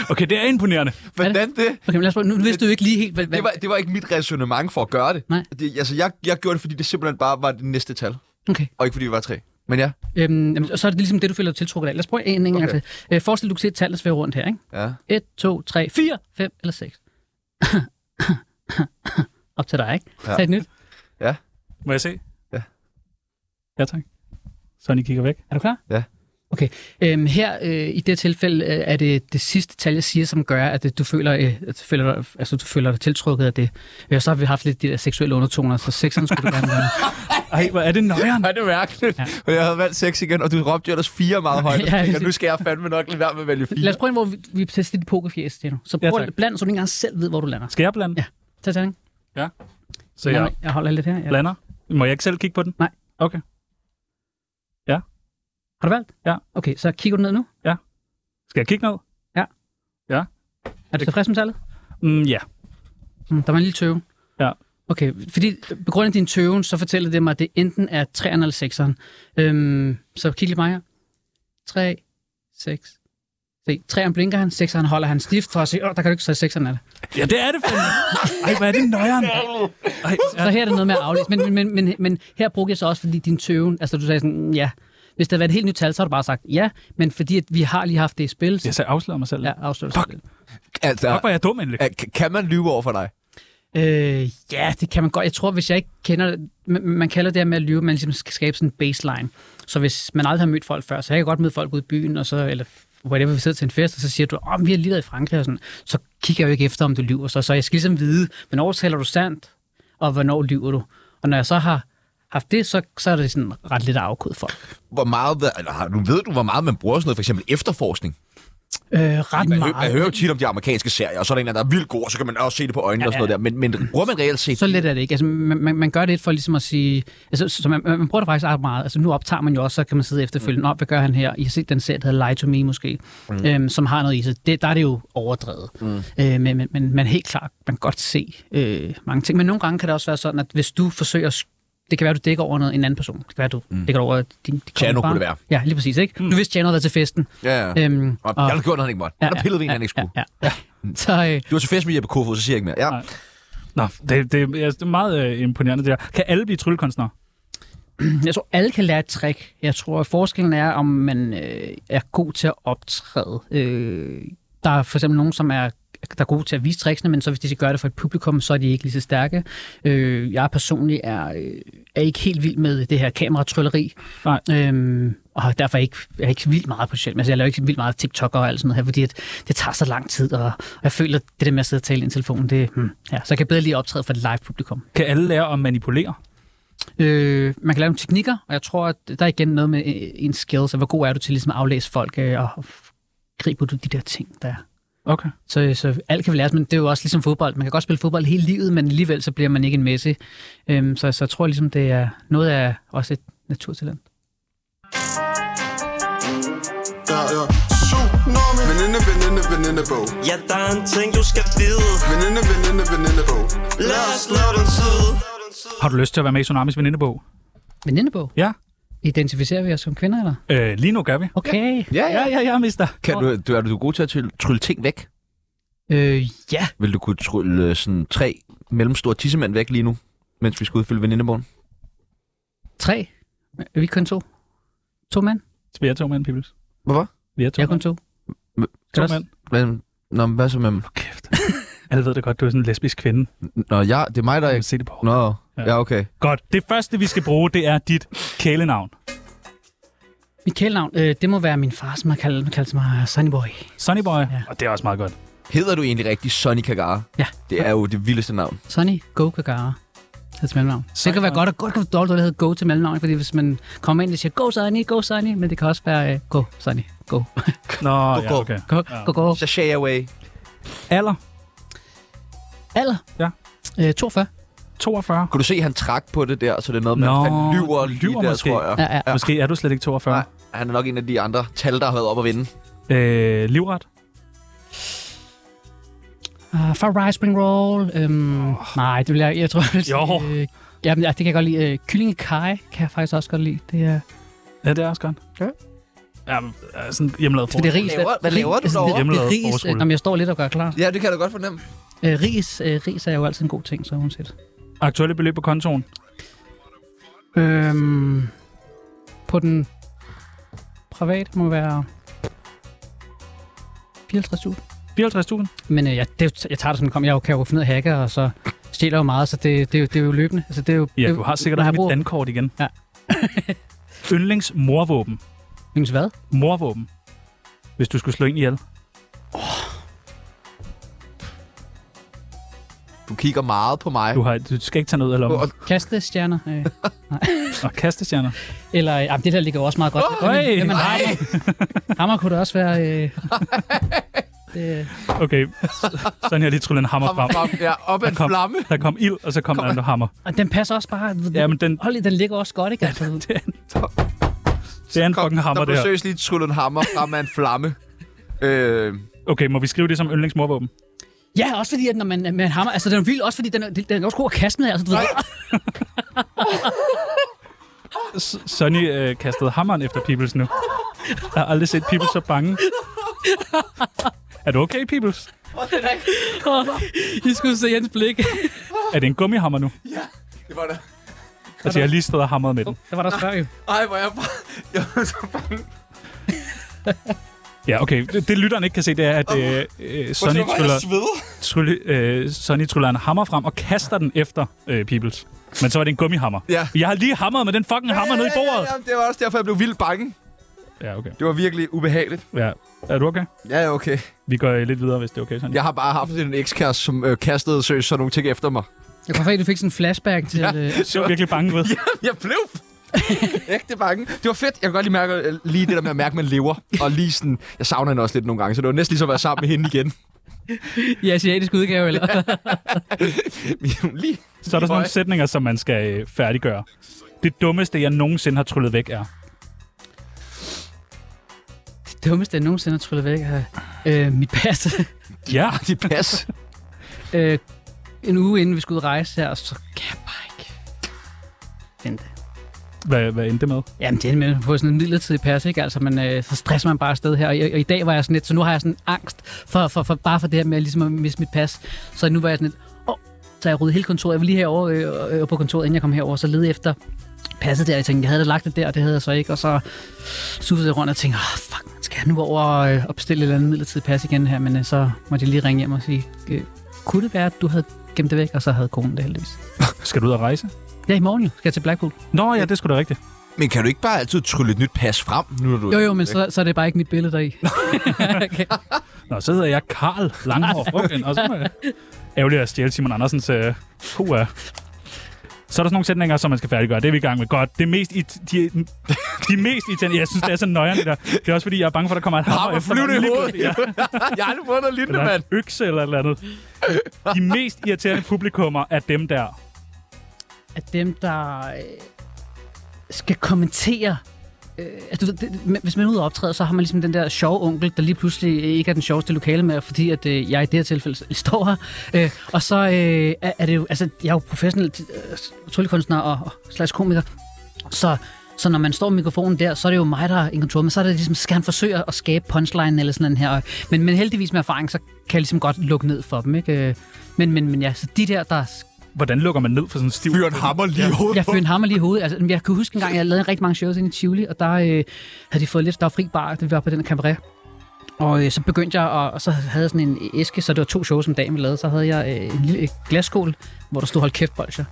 Speaker 1: Okay, det er imponerende.
Speaker 2: Hvordan det?
Speaker 3: Okay, men lad os prøve. Nu vidste du jo ikke lige helt, hvad... hvad-
Speaker 2: Det var, det var ikke mit resonemang for at gøre det.
Speaker 3: Nej.
Speaker 2: det altså, jeg, jeg gjorde det, fordi det simpelthen bare var det næste tal,
Speaker 3: Okay.
Speaker 2: og ikke fordi vi var tre. Men ja,
Speaker 3: Øhm, jamen, og så er det ligesom det, du føler dig tiltrukket af. Lad os prøve en, en gang
Speaker 2: Okay.
Speaker 3: til. Øh, forestil dig, du kan se et tal, der svæver rundt her, ikke?
Speaker 2: ja.
Speaker 3: 1, 2, 3, 4, 5 eller 6. Op til dig, ikke?
Speaker 2: Ja.
Speaker 3: Ja. Tag et nyt.
Speaker 1: Må jeg se?
Speaker 2: Ja.
Speaker 1: Ja, tak. Sonic kigger væk.
Speaker 3: Er du klar?
Speaker 2: Ja.
Speaker 3: Okay. Øhm, her øh, i det tilfælde øh, er det det sidste tal, jeg siger, som gør, at øh, du føler, øh, at du føler, dig- altså, du føler dig tiltrukket af det. Øh, så har vi haft lidt de der seksuelle undertoner, så sexerne skulle du gerne være.
Speaker 1: Ej, hvor er det nøjeren?
Speaker 2: Er det mærkeligt? Ja. Og jeg havde valgt seks igen, og du råbte jo ellers fire meget højt.
Speaker 3: Ja,
Speaker 2: ja,
Speaker 3: præcis.
Speaker 2: nu skal jeg fandme nok lade være med at vælge fire.
Speaker 3: Lad os prøve en, hvor vi, vi tester dit pokerfjæs til nu. Så
Speaker 1: Ja,
Speaker 3: prøv
Speaker 1: tak.
Speaker 3: at blande, så du ikke engang selv ved, hvor du lander.
Speaker 1: Skal jeg blande?
Speaker 3: Ja. Tag tænding.
Speaker 1: Så jeg
Speaker 3: jeg holder lidt her. Ja.
Speaker 1: blander. Må jeg ikke selv kigge på den?
Speaker 3: Nej.
Speaker 1: Okay.
Speaker 3: Har du valgt?
Speaker 1: Ja.
Speaker 3: Okay, så kigger du ned nu.
Speaker 1: Skal jeg kigge ned?
Speaker 3: Er du tilfreds med tallet?
Speaker 1: Mm, ja.
Speaker 3: Mm, der var en lille tøven.
Speaker 1: Ja.
Speaker 3: Okay, fordi på grund af din tøven, så fortæller det mig, at det enten er 3'eren eller 6'eren. Øhm, så kig lige mig her. 3, 6, Se, træerne blinker han, sekseren holder han stift for at se, åh, der kan du ikke, så er sekseren er der.
Speaker 1: Ja, det er det fandme. Ej, hvor er det nøjeren. Ej,
Speaker 3: Så her er det noget med at aflæse. Men, men, men, men, men her brugte jeg så også, fordi din tøven, altså du sagde sådan, "Mm, ja. Hvis der havde været et helt nyt tal, så har du bare sagt ja, men fordi at vi har lige haft det i spil, så
Speaker 1: jeg så afslører mig selv.
Speaker 3: ja, afslutter Fuck.
Speaker 2: Altså,
Speaker 1: Fuck, hvor er jeg dum endelig.
Speaker 2: er- kan- kan man lyve over for dig?
Speaker 3: Øh, ja, det kan man godt. Jeg tror, hvis jeg ikke kender... Man, man kalder det her med at lyve, man ligesom skal skabe sådan en baseline. Så hvis man aldrig har mødt folk før, så jeg kan godt møde folk ude i byen, og så, eller whatever, vi sidder til en fest, og så siger du, om oh, vi har lige været i Frankrig, og sådan, så kigger jeg jo ikke efter, om du lyver. Så, så jeg skal ligesom vide, hvornår taler du sandt, og hvornår lyver du. Og når jeg så har haft det, så, så er det sådan ret lidt afkodet folk.
Speaker 2: Hvor meget, eller, har- nu ved du, hvor meget man bruger sådan noget, for eksempel efterforskning.
Speaker 3: Øh, ret
Speaker 2: Man, hører, man
Speaker 3: meget.
Speaker 2: hører jo tit om de amerikanske serier, og så er der en, eller anden, der er vildt god, og så kan man også se det på øjnene ja, og sådan noget der. Men, men bruger man reelt set...
Speaker 3: Så let er det ikke. Altså, man, man, man gør det lidt for ligesom at sige... Altså, så man, man man bruger det faktisk ret meget. Altså, nu optager man jo også, så kan man sidde efterfølgende.
Speaker 2: Mm.
Speaker 3: Nå, hvad gør han her? I har set den serie, der hedder Lie to Me måske, mm. øhm, som har noget i sig. Det, der er det jo overdrevet. Mm. Øh, men, men, men man helt klart, man kan godt se øh, mange ting. Men nogle gange kan det også være sådan, at hvis du forsøger at sk- det kan være, du dækker over noget, en anden person. Det kan være, du mm. dækker over din... din
Speaker 2: Tjano
Speaker 3: barn.
Speaker 2: kunne det være.
Speaker 3: Ja, lige præcis, ikke? Mm. Du vidste, Tjano havde været til festen.
Speaker 2: Ja, ja.
Speaker 3: Øhm,
Speaker 2: Og jeg har gjort noget, han ikke måtte. Ja, ja, der pillede vi en, ja, han ikke skulle. Ja,
Speaker 3: Ja, ja, ja. Så, øh,
Speaker 2: Du var til fest med Jeppe Kofod, så siger jeg ikke mere. Ja.
Speaker 1: Nej. Nå, det, det, altså, det er meget øh, imponerende det der. Kan alle blive tryllekunstnere?
Speaker 3: Jeg tror, alle kan lære et trick. Jeg tror, at forskellen er, om man øh, er god til at optræde. Øh, der er for eksempel nogen, som er der er gode til at vise tricksene, men så hvis de skal gøre det for et publikum, så er de ikke lige så stærke. Øh, jeg personligt er, øh, er ikke helt vild med det her kameratrylleri.
Speaker 1: Nej.
Speaker 3: Øhm, og derfor er jeg ikke, jeg er ikke vildt meget på sjæl. Altså, jeg laver ikke vildt meget TikTok og alt sådan noget her, fordi at det tager så lang tid, og, og jeg føler, at det der med at sidde og tale i en telefon, det, hmm, ja, så jeg kan bedre lige optræde for et live publikum.
Speaker 1: Kan alle lære at manipulere?
Speaker 3: Øh, man kan lave nogle teknikker, og jeg tror, at der er igen noget med øh, en skill, så hvor god er du til ligesom at aflæse folk, øh, og og griber du de der ting, der er.
Speaker 1: Okay.
Speaker 3: så, øh, så alt kan vi læres, men det er jo også ligesom fodbold. Man kan godt spille fodbold hele livet, men alligevel så bliver man ikke en Messi. Øhm, så, så jeg tror ligesom, det er noget af også et naturtalent.
Speaker 6: Ja, ja. Tsunami. Veninde, veninde, veninde bog.
Speaker 7: Ja, der er en ting, du skal vide.
Speaker 6: Veninde, veninde, veninde bog.
Speaker 7: Lad os slå den tid.
Speaker 1: Har du lyst til at være med i Tsunamis venindebog?
Speaker 3: Venindebog,
Speaker 1: Ja.
Speaker 3: identificerer vi os som kvinder, eller?
Speaker 1: Øh, lige nu gør vi.
Speaker 3: Okay.
Speaker 2: Ja, ja.
Speaker 1: Ja, ja, ja, mister.
Speaker 2: Kan du, du, er du god til at trylle, trylle ting væk?
Speaker 3: Øh, ja.
Speaker 2: Vil du kunne trylle øh, sådan tre mellemstore tissemænd væk lige nu, mens vi skal udfylde venindebogen?
Speaker 3: Tre. Er vi kun to? To mand?
Speaker 1: Vi er to mænd, Pibels.
Speaker 2: Hvorfor?
Speaker 1: Vi er to
Speaker 3: Jeg er kun
Speaker 1: mænd.
Speaker 3: to.
Speaker 1: To
Speaker 3: Kan du-
Speaker 1: mænd.
Speaker 2: Men, nå, men hvad så med...
Speaker 1: Kæft. Alle ved det godt, du er sådan en lesbisk kvinde.
Speaker 2: Nå, jeg, det er mig, der
Speaker 1: Jeg
Speaker 2: er...
Speaker 1: kan se det på.
Speaker 2: Nå,
Speaker 1: Ja.
Speaker 2: ja, ja okay.
Speaker 1: Godt. Det første, vi skal bruge, det er dit kælenavn.
Speaker 3: Mit kælenavn, øh, det må være min far, som har kaldt, kaldt mig Sunny Boy.
Speaker 1: Sunnyboy.
Speaker 3: Ja.
Speaker 1: Ja. Og det er også meget godt.
Speaker 2: Hedder du egentlig rigtig Sonny Kagara?
Speaker 3: Ja.
Speaker 2: Det er jo det vildeste navn.
Speaker 3: Sonny Go Gagara hed til mellemnavn. Så det kan være godt, og godt kan være dårligt, at det hedder Go til mellemnavn, fordi hvis man kommer ind og siger Go Sonny, Go Sonny, men det kan også være uh, Go Sonny, Go,
Speaker 1: Nå, ja,
Speaker 2: go.
Speaker 1: okay.
Speaker 3: Go, Go, Go.
Speaker 2: Sashay Away.
Speaker 1: Alder?
Speaker 3: Alder?
Speaker 1: Ja.
Speaker 3: Øh, 42.
Speaker 1: 42.
Speaker 2: Kunne du se, han trak på det der, så det er noget med,
Speaker 1: Nå,
Speaker 2: at han
Speaker 1: lyver
Speaker 2: lyver, lige der,
Speaker 1: måske.
Speaker 2: tror jeg.
Speaker 3: Ja, ja.
Speaker 1: Ja. Måske er du slet ikke 42.
Speaker 2: Nej, han er nok en af de andre tal, der har været op at vinde.
Speaker 1: Øh, livret?
Speaker 3: Uh, far Rice Spring Roll. Øhm, oh. Nej, det vil jeg, jeg tror... jeg vil
Speaker 1: Jo.
Speaker 3: sige, Øh, jamen, ja, det kan jeg godt lide. Øh, kyllingekaj kan jeg faktisk også godt lide. Det er,
Speaker 1: Ja, det er også godt.
Speaker 2: Ja.
Speaker 1: Ja, men, øh, sådan hjemmelavet
Speaker 3: det er ris.
Speaker 2: laver- hvad laver du
Speaker 3: ris-
Speaker 2: derovre?
Speaker 3: det- det er
Speaker 1: Hjemmelavet
Speaker 3: ris,
Speaker 1: forårsrulle.
Speaker 3: øh, jamen, jeg står lidt og gør klar.
Speaker 2: Ja, det kan jeg da godt fornemme.
Speaker 3: Øh, ris, øh, ris er jo altid en god ting, så uanset.
Speaker 1: Aktuelle beløb på kontoen?
Speaker 3: Øhm, på den private må være 54.000.
Speaker 1: 54.000?
Speaker 3: Men øh, jeg, det, jeg tager det som det kommer. Jeg kan jo finde ud af at hacke, og så stjæler jeg jo meget, så det, det, er jo- det er jo løbende. Altså, det er jo,
Speaker 1: Ja,
Speaker 3: det,
Speaker 1: du har sikkert
Speaker 3: når
Speaker 1: også
Speaker 3: jeg
Speaker 1: mit
Speaker 3: bruger-
Speaker 1: dankort igen.
Speaker 3: Ja.
Speaker 1: Yndlings morvåben.
Speaker 3: Minus hvad?
Speaker 1: Morvåben. Hvis du skulle slå en ihjel.
Speaker 2: Du kigger meget på mig.
Speaker 1: Du, har, du skal ikke tage noget af lommen.
Speaker 2: Og-
Speaker 3: Kastestjerner? Øh,
Speaker 1: Og kastestjerner.
Speaker 3: eller, øh, jamen, det der ligger jo også meget godt.
Speaker 1: Øj,
Speaker 3: men, men,
Speaker 1: nej.
Speaker 3: hammer, hammer kunne det også være... Øh, det,
Speaker 1: Okay, så- sådan jeg lige tryllet en hammer
Speaker 2: Kom,
Speaker 1: frem.
Speaker 2: kom, ja, op en
Speaker 1: kom.
Speaker 2: flamme.
Speaker 1: Der kom ild, og så kom, der en hammer.
Speaker 3: og den passer også bare...
Speaker 1: Ja, men den,
Speaker 3: Hold i, den ligger også godt, ikke? Altså,
Speaker 1: det, er en, det er en fucking hammer, det
Speaker 2: der blev
Speaker 1: her.
Speaker 2: seriøst lige tryllet en hammer frem af en flamme. Øh,
Speaker 1: Okay, må vi skrive det som yndlingsmorvåben?
Speaker 3: ja, også fordi, at når man, man hammer... Altså, den er vild også, fordi den, er- den er også god at kaste med. Altså, du ved,
Speaker 1: S- Sonny øh, kastede hammeren efter Peoples nu. Jeg har aldrig set Peoples så bange. Er du okay, peoples?
Speaker 3: I skulle se Jens blik.
Speaker 1: Er det en gummihammer nu?
Speaker 8: Det var da...
Speaker 1: Altså, jeg har lige stået og hamret med den.
Speaker 3: Det var der før jo.
Speaker 8: Ej, hvor er jeg bare... Jeg var så bange.
Speaker 1: Ja, okay. Det, det lytteren ikke kan se, det er, at øh, øh, Sonny
Speaker 8: Hvor var
Speaker 1: tryller,
Speaker 8: jeg sved.
Speaker 1: trylle, øh, Sonny tryller en hammer frem og kaster den efter øh, peoples. Men så var det en gummihammer.
Speaker 8: Ja.
Speaker 1: Jeg har lige hamret med den fucking hammer ned i bordet.
Speaker 8: Ja, ja, det var også derfor, jeg blev vildt bange.
Speaker 1: Ja, okay.
Speaker 8: Det var virkelig ubehageligt.
Speaker 1: Ja. Er du okay?
Speaker 8: Ja, ja, okay.
Speaker 1: Vi går øh, lidt videre, hvis det er okay sådan.
Speaker 8: Jeg har bare haft en ekskæreste, som øh, kastede seriøst sådan nogle ting efter mig.
Speaker 3: Jeg kunne faktisk, du fik sådan en flashback til... Ja. Øh,
Speaker 1: Jeg er virkelig bange ved.
Speaker 8: Jeg blev ægte bange. Det var fedt. Jeg kan godt lige mærke øh, lige det der med at mærke, at man lever. Og lige sådan, jeg savner hende også lidt nogle gange, så det var næsten ligesom at være sammen med hende igen.
Speaker 3: I asiatisk udgave, eller?
Speaker 8: lige.
Speaker 1: Så er der sådan nogle sætninger, som man skal øh, færdiggøre. Det dummeste, jeg nogensinde har tryllet væk, er...
Speaker 3: det dummeste, jeg nogensinde har tryllet væk, er øh, mit pas.
Speaker 1: Ja,
Speaker 8: Dit pas.
Speaker 3: øh, en uge inden vi skulle ud at rejse her, og så kan jeg bare ikke vente.
Speaker 1: hvad, hvad endte det med?
Speaker 3: Jamen, det er med at få sådan en midlertidig pas, ikke? Altså, man, øh, så stresser man bare afsted her. Og, i- og, i dag var jeg sådan lidt, så nu har jeg sådan angst for, for, for bare for det her med at, ligesom at miste mit pas. Så nu var jeg sådan lidt, åh, så jeg rydde hele kontoret. Jeg var lige herovre øh, øh, på kontoret, inden jeg kom herover, så lede jeg efter passet der. Jeg tænkte, jeg havde da lagt det der, og det havde jeg så ikke. Og så suffede jeg rundt og tænkte, åh, fuck, skal jeg nu over og øh, og bestille et eller andet midlertidigt pas igen her? Men øh, så måtte jeg lige ringe hjem og sige, øh, kunne det være, at du havde gemt det væk? Og så havde konen det heldigvis.
Speaker 1: Skal du ud og rejse?
Speaker 3: Ja, i morgen jo. Skal jeg til Blackpool?
Speaker 1: Nå ja, det skulle da rigtigt.
Speaker 2: Men kan du ikke bare altid trylle et nyt pas frem, nu når du...
Speaker 3: Jo, jo, men så, så er det bare ikke mit billede deri. okay.
Speaker 1: Nå, så hedder jeg Karl Langhår Frugten, og så må jeg... Ærgerligt at stjæle Simon Andersens øh, ko af. Så er der sådan nogle sætninger, som man skal færdiggøre. Det er vi i gang med. Godt. Det mest i de, de mest i Jeg synes, det er så nøjeren, det der. Det er også fordi, jeg er bange for, at der kommer et hammer
Speaker 2: Hammer
Speaker 1: efter
Speaker 2: flyvende
Speaker 1: mig.
Speaker 2: i
Speaker 1: Lige
Speaker 2: hovedet.
Speaker 1: pludselig, ja.
Speaker 2: Ah, Jeg har aldrig fundet noget lignende,
Speaker 1: Eller en
Speaker 2: mand.
Speaker 1: økse eller et eller andet. De mest irriterende publikummer er dem der.
Speaker 3: at dem, der øh, skal kommentere... Øh, altså, du ved, det, men hvis man er ude og optræde, så har man ligesom den der sjove onkel, der lige pludselig øh, ikke er den sjoveste lokale med, fordi at, øh, jeg i det her tilfælde s- står her. Øh, og så øh, er, er det jo... Altså, jeg er jo professionel øh, tryllekunstner og, og slags komiker, så... Så når man står med mikrofonen der, så er det jo mig, der er in control, men så er det ligesom, skal han forsøge at skabe punchline eller sådan en her. Og- Men, men heldigvis med erfaring, så kan jeg ligesom godt lukke ned for dem, ikke? Øh, Men, men, men ja, så de der, der
Speaker 1: Hvordan lukker man ned for sådan en stiv...
Speaker 2: Fyr en hammer lige i hovedet.
Speaker 3: jeg fyrer en hammer lige i hovedet. Altså, jeg kan huske en gang, jeg lavede rigtig mange shows inde i Tivoli, og der øh, havde de fået lidt, der var fri bar, da vi var på den cabaret. Og øh, så begyndte jeg, og, og så havde jeg sådan en æske, så det var to shows om dagen, vi lavede. Så havde jeg øh, en lille øh, glasskål, hvor der stod hold kæft, bolsjer.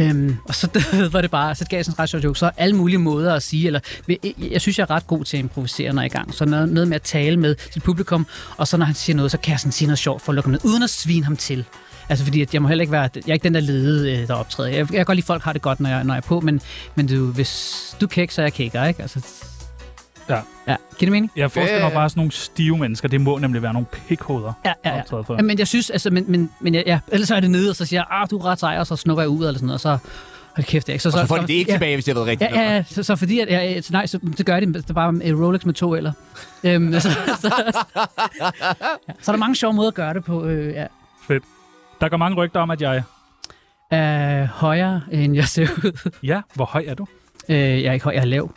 Speaker 3: Øhm, og så var det bare, så gav jeg sådan en ret sjov joke. Så alle mulige måder at sige, eller jeg, jeg synes, jeg er ret god til at improvisere, når jeg er i gang. Så noget, noget med at tale med sit publikum, og så når han siger noget, så kan jeg sådan sige noget sjovt for at lukke ham ned, uden at svine ham til. Altså fordi, at jeg må heller ikke være, jeg er ikke den der lede, øh, der optræder. Jeg, jeg kan godt lide, at folk har det godt, når jeg, når jeg er på, men, men du, hvis du kæk, så er jeg kækker, ikke? Altså,
Speaker 1: Ja.
Speaker 3: Ja, giver det mening?
Speaker 1: Jeg forestiller mig
Speaker 8: Ja, ja, ja.
Speaker 1: bare sådan nogle stive mennesker. Det må nemlig være nogle pikhoveder.
Speaker 3: Ja, ja, ja.
Speaker 1: optræde for.
Speaker 3: ja men jeg synes, altså, men, men, men jeg, ja, ellers så er det nede, og så siger jeg, ah, du er ret sej, og så snukker jeg ud, eller sådan noget, og så, hold kæft, ikke?
Speaker 2: Og så får de det ikke
Speaker 3: ja.
Speaker 2: tilbage, hvis det har været rigtigt.
Speaker 3: Ja, ja, ja. Så, så fordi, at jeg, så, nej, så, så gør jeg det, det er bare med Rolex med to eller. Øhm, så, så, så, ja. så er der mange sjove måder at gøre det på. Øh, ja.
Speaker 1: Fedt. Der går mange rygter om, at jeg...
Speaker 3: Øh, højere, end jeg ser ud.
Speaker 1: Ja, hvor høj er du?
Speaker 3: Øh, jeg er ikke høj, jeg er lav.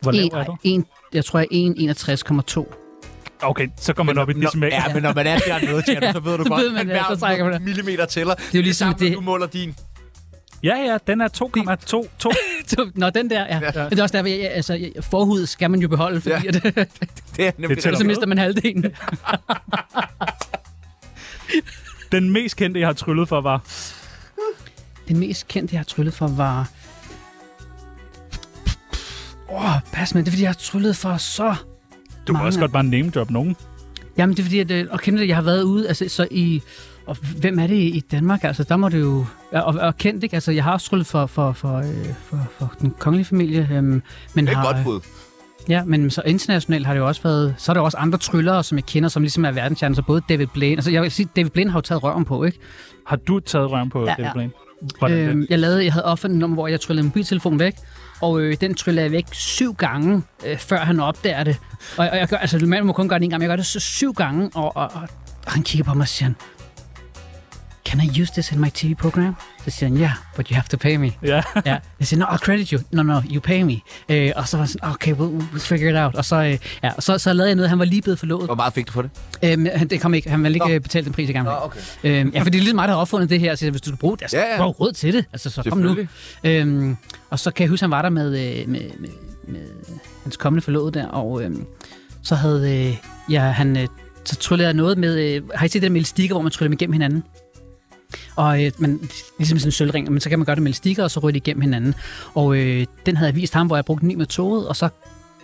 Speaker 1: Hvor lav
Speaker 3: En-
Speaker 1: er du?
Speaker 3: En, jeg tror, jeg er 1,61,2.
Speaker 1: Okay, så går man op i
Speaker 2: Nå,
Speaker 1: decimal.
Speaker 2: ja, men når man er dernede, Tjerno, så ved du
Speaker 3: Så
Speaker 2: godt,
Speaker 3: ved man
Speaker 2: at
Speaker 3: det, så trækker man
Speaker 2: hver
Speaker 3: det.
Speaker 2: millimeter tæller. Det
Speaker 3: er jo ligesom
Speaker 2: samme, når
Speaker 3: det-
Speaker 2: Du måler din.
Speaker 1: Ja, ja, den er 2,22.
Speaker 3: Så- Nå, den der, ja. ja. Det er også derfor, jeg, jeg- altså, jeg- forhud skal man jo beholde, fordi ja.
Speaker 2: Ja.
Speaker 3: at,
Speaker 2: Det er nemlig
Speaker 1: tæller.
Speaker 3: så mister man halvdelen.
Speaker 1: den mest kendte, jeg har tryllet for, var...
Speaker 3: Den mest kendte, jeg har tryllet for, var... Åh, oh, pas med, det er, fordi jeg har tryllet for så...
Speaker 1: Du må
Speaker 3: Mange.
Speaker 1: også godt bare name drop nogen.
Speaker 3: Jamen, det er fordi, at, øh, og kæmpe, det, jeg har været ude, altså, så i... Og hvem er det i i Danmark? Altså, der må det jo... ja, Og, og kendt, ikke? Altså, jeg har også tryllet for, for, for, øh, for, for den kongelige familie. Øhm, men
Speaker 2: Det er
Speaker 3: har,
Speaker 2: et godt bud.
Speaker 3: Ja, men så internationalt har det jo også været... Så er der jo også andre tryllere, som jeg kender, som ligesom er verdensstjerner. Så både David Blaine... Altså, jeg vil sige, David Blaine har jo taget røven på, ikke?
Speaker 1: Har du taget røven på
Speaker 3: Ja,
Speaker 1: ja, den
Speaker 3: ja.
Speaker 1: plan? Hvordan øhm, det?
Speaker 3: jeg, lavede, jeg havde opfundet et nummer, hvor jeg tryllede mobiltelefonen væk, og øh, den tryllede jeg væk syv gange, øh, før han opdager det. Og, og jeg gør, altså, man må kun gøre det en gang, men jeg gør det så syv gange, og, og, og, og han kigger på mig og siger, han, kan can I use this in my TV program? Så siger han, yeah, but you have to pay me.
Speaker 1: Ja.
Speaker 3: Ja, jeg siger, no, I'll credit you. No, no, you pay me. Øh, og så var jeg sådan, okay, we'll, we'll figure it out. Og så, øh, ja, og så, så lavede jeg noget, han var lige blevet forlovet.
Speaker 2: Hvor meget fik du for det?
Speaker 3: Øhm, han, det kom ikke. Han ville ikke øh, betale den pris, jeg gerne ville.
Speaker 2: okay.
Speaker 3: Øhm, ja, for det er ligesom mig, der har opfundet det her. Så hvis du skal bruge det, så
Speaker 2: Ja, ja.
Speaker 3: ja, ja. råd til det. Altså, så kom nu. Øhm, og så kan jeg huske, han var der med, øh, med, med, med hans kommende forlovede der, og øhm, så havde øh, ja, han... Øh, så tryllede jeg noget med... Øh, har I set det der med elastikker, hvor man tryller dem igennem hinanden? Og øh, man, ligesom sådan en sølvring, men så kan man gøre det med elastikker, og så ryge det igennem hinanden. Og øh, den havde jeg vist ham, hvor jeg brugte den i metodet, og så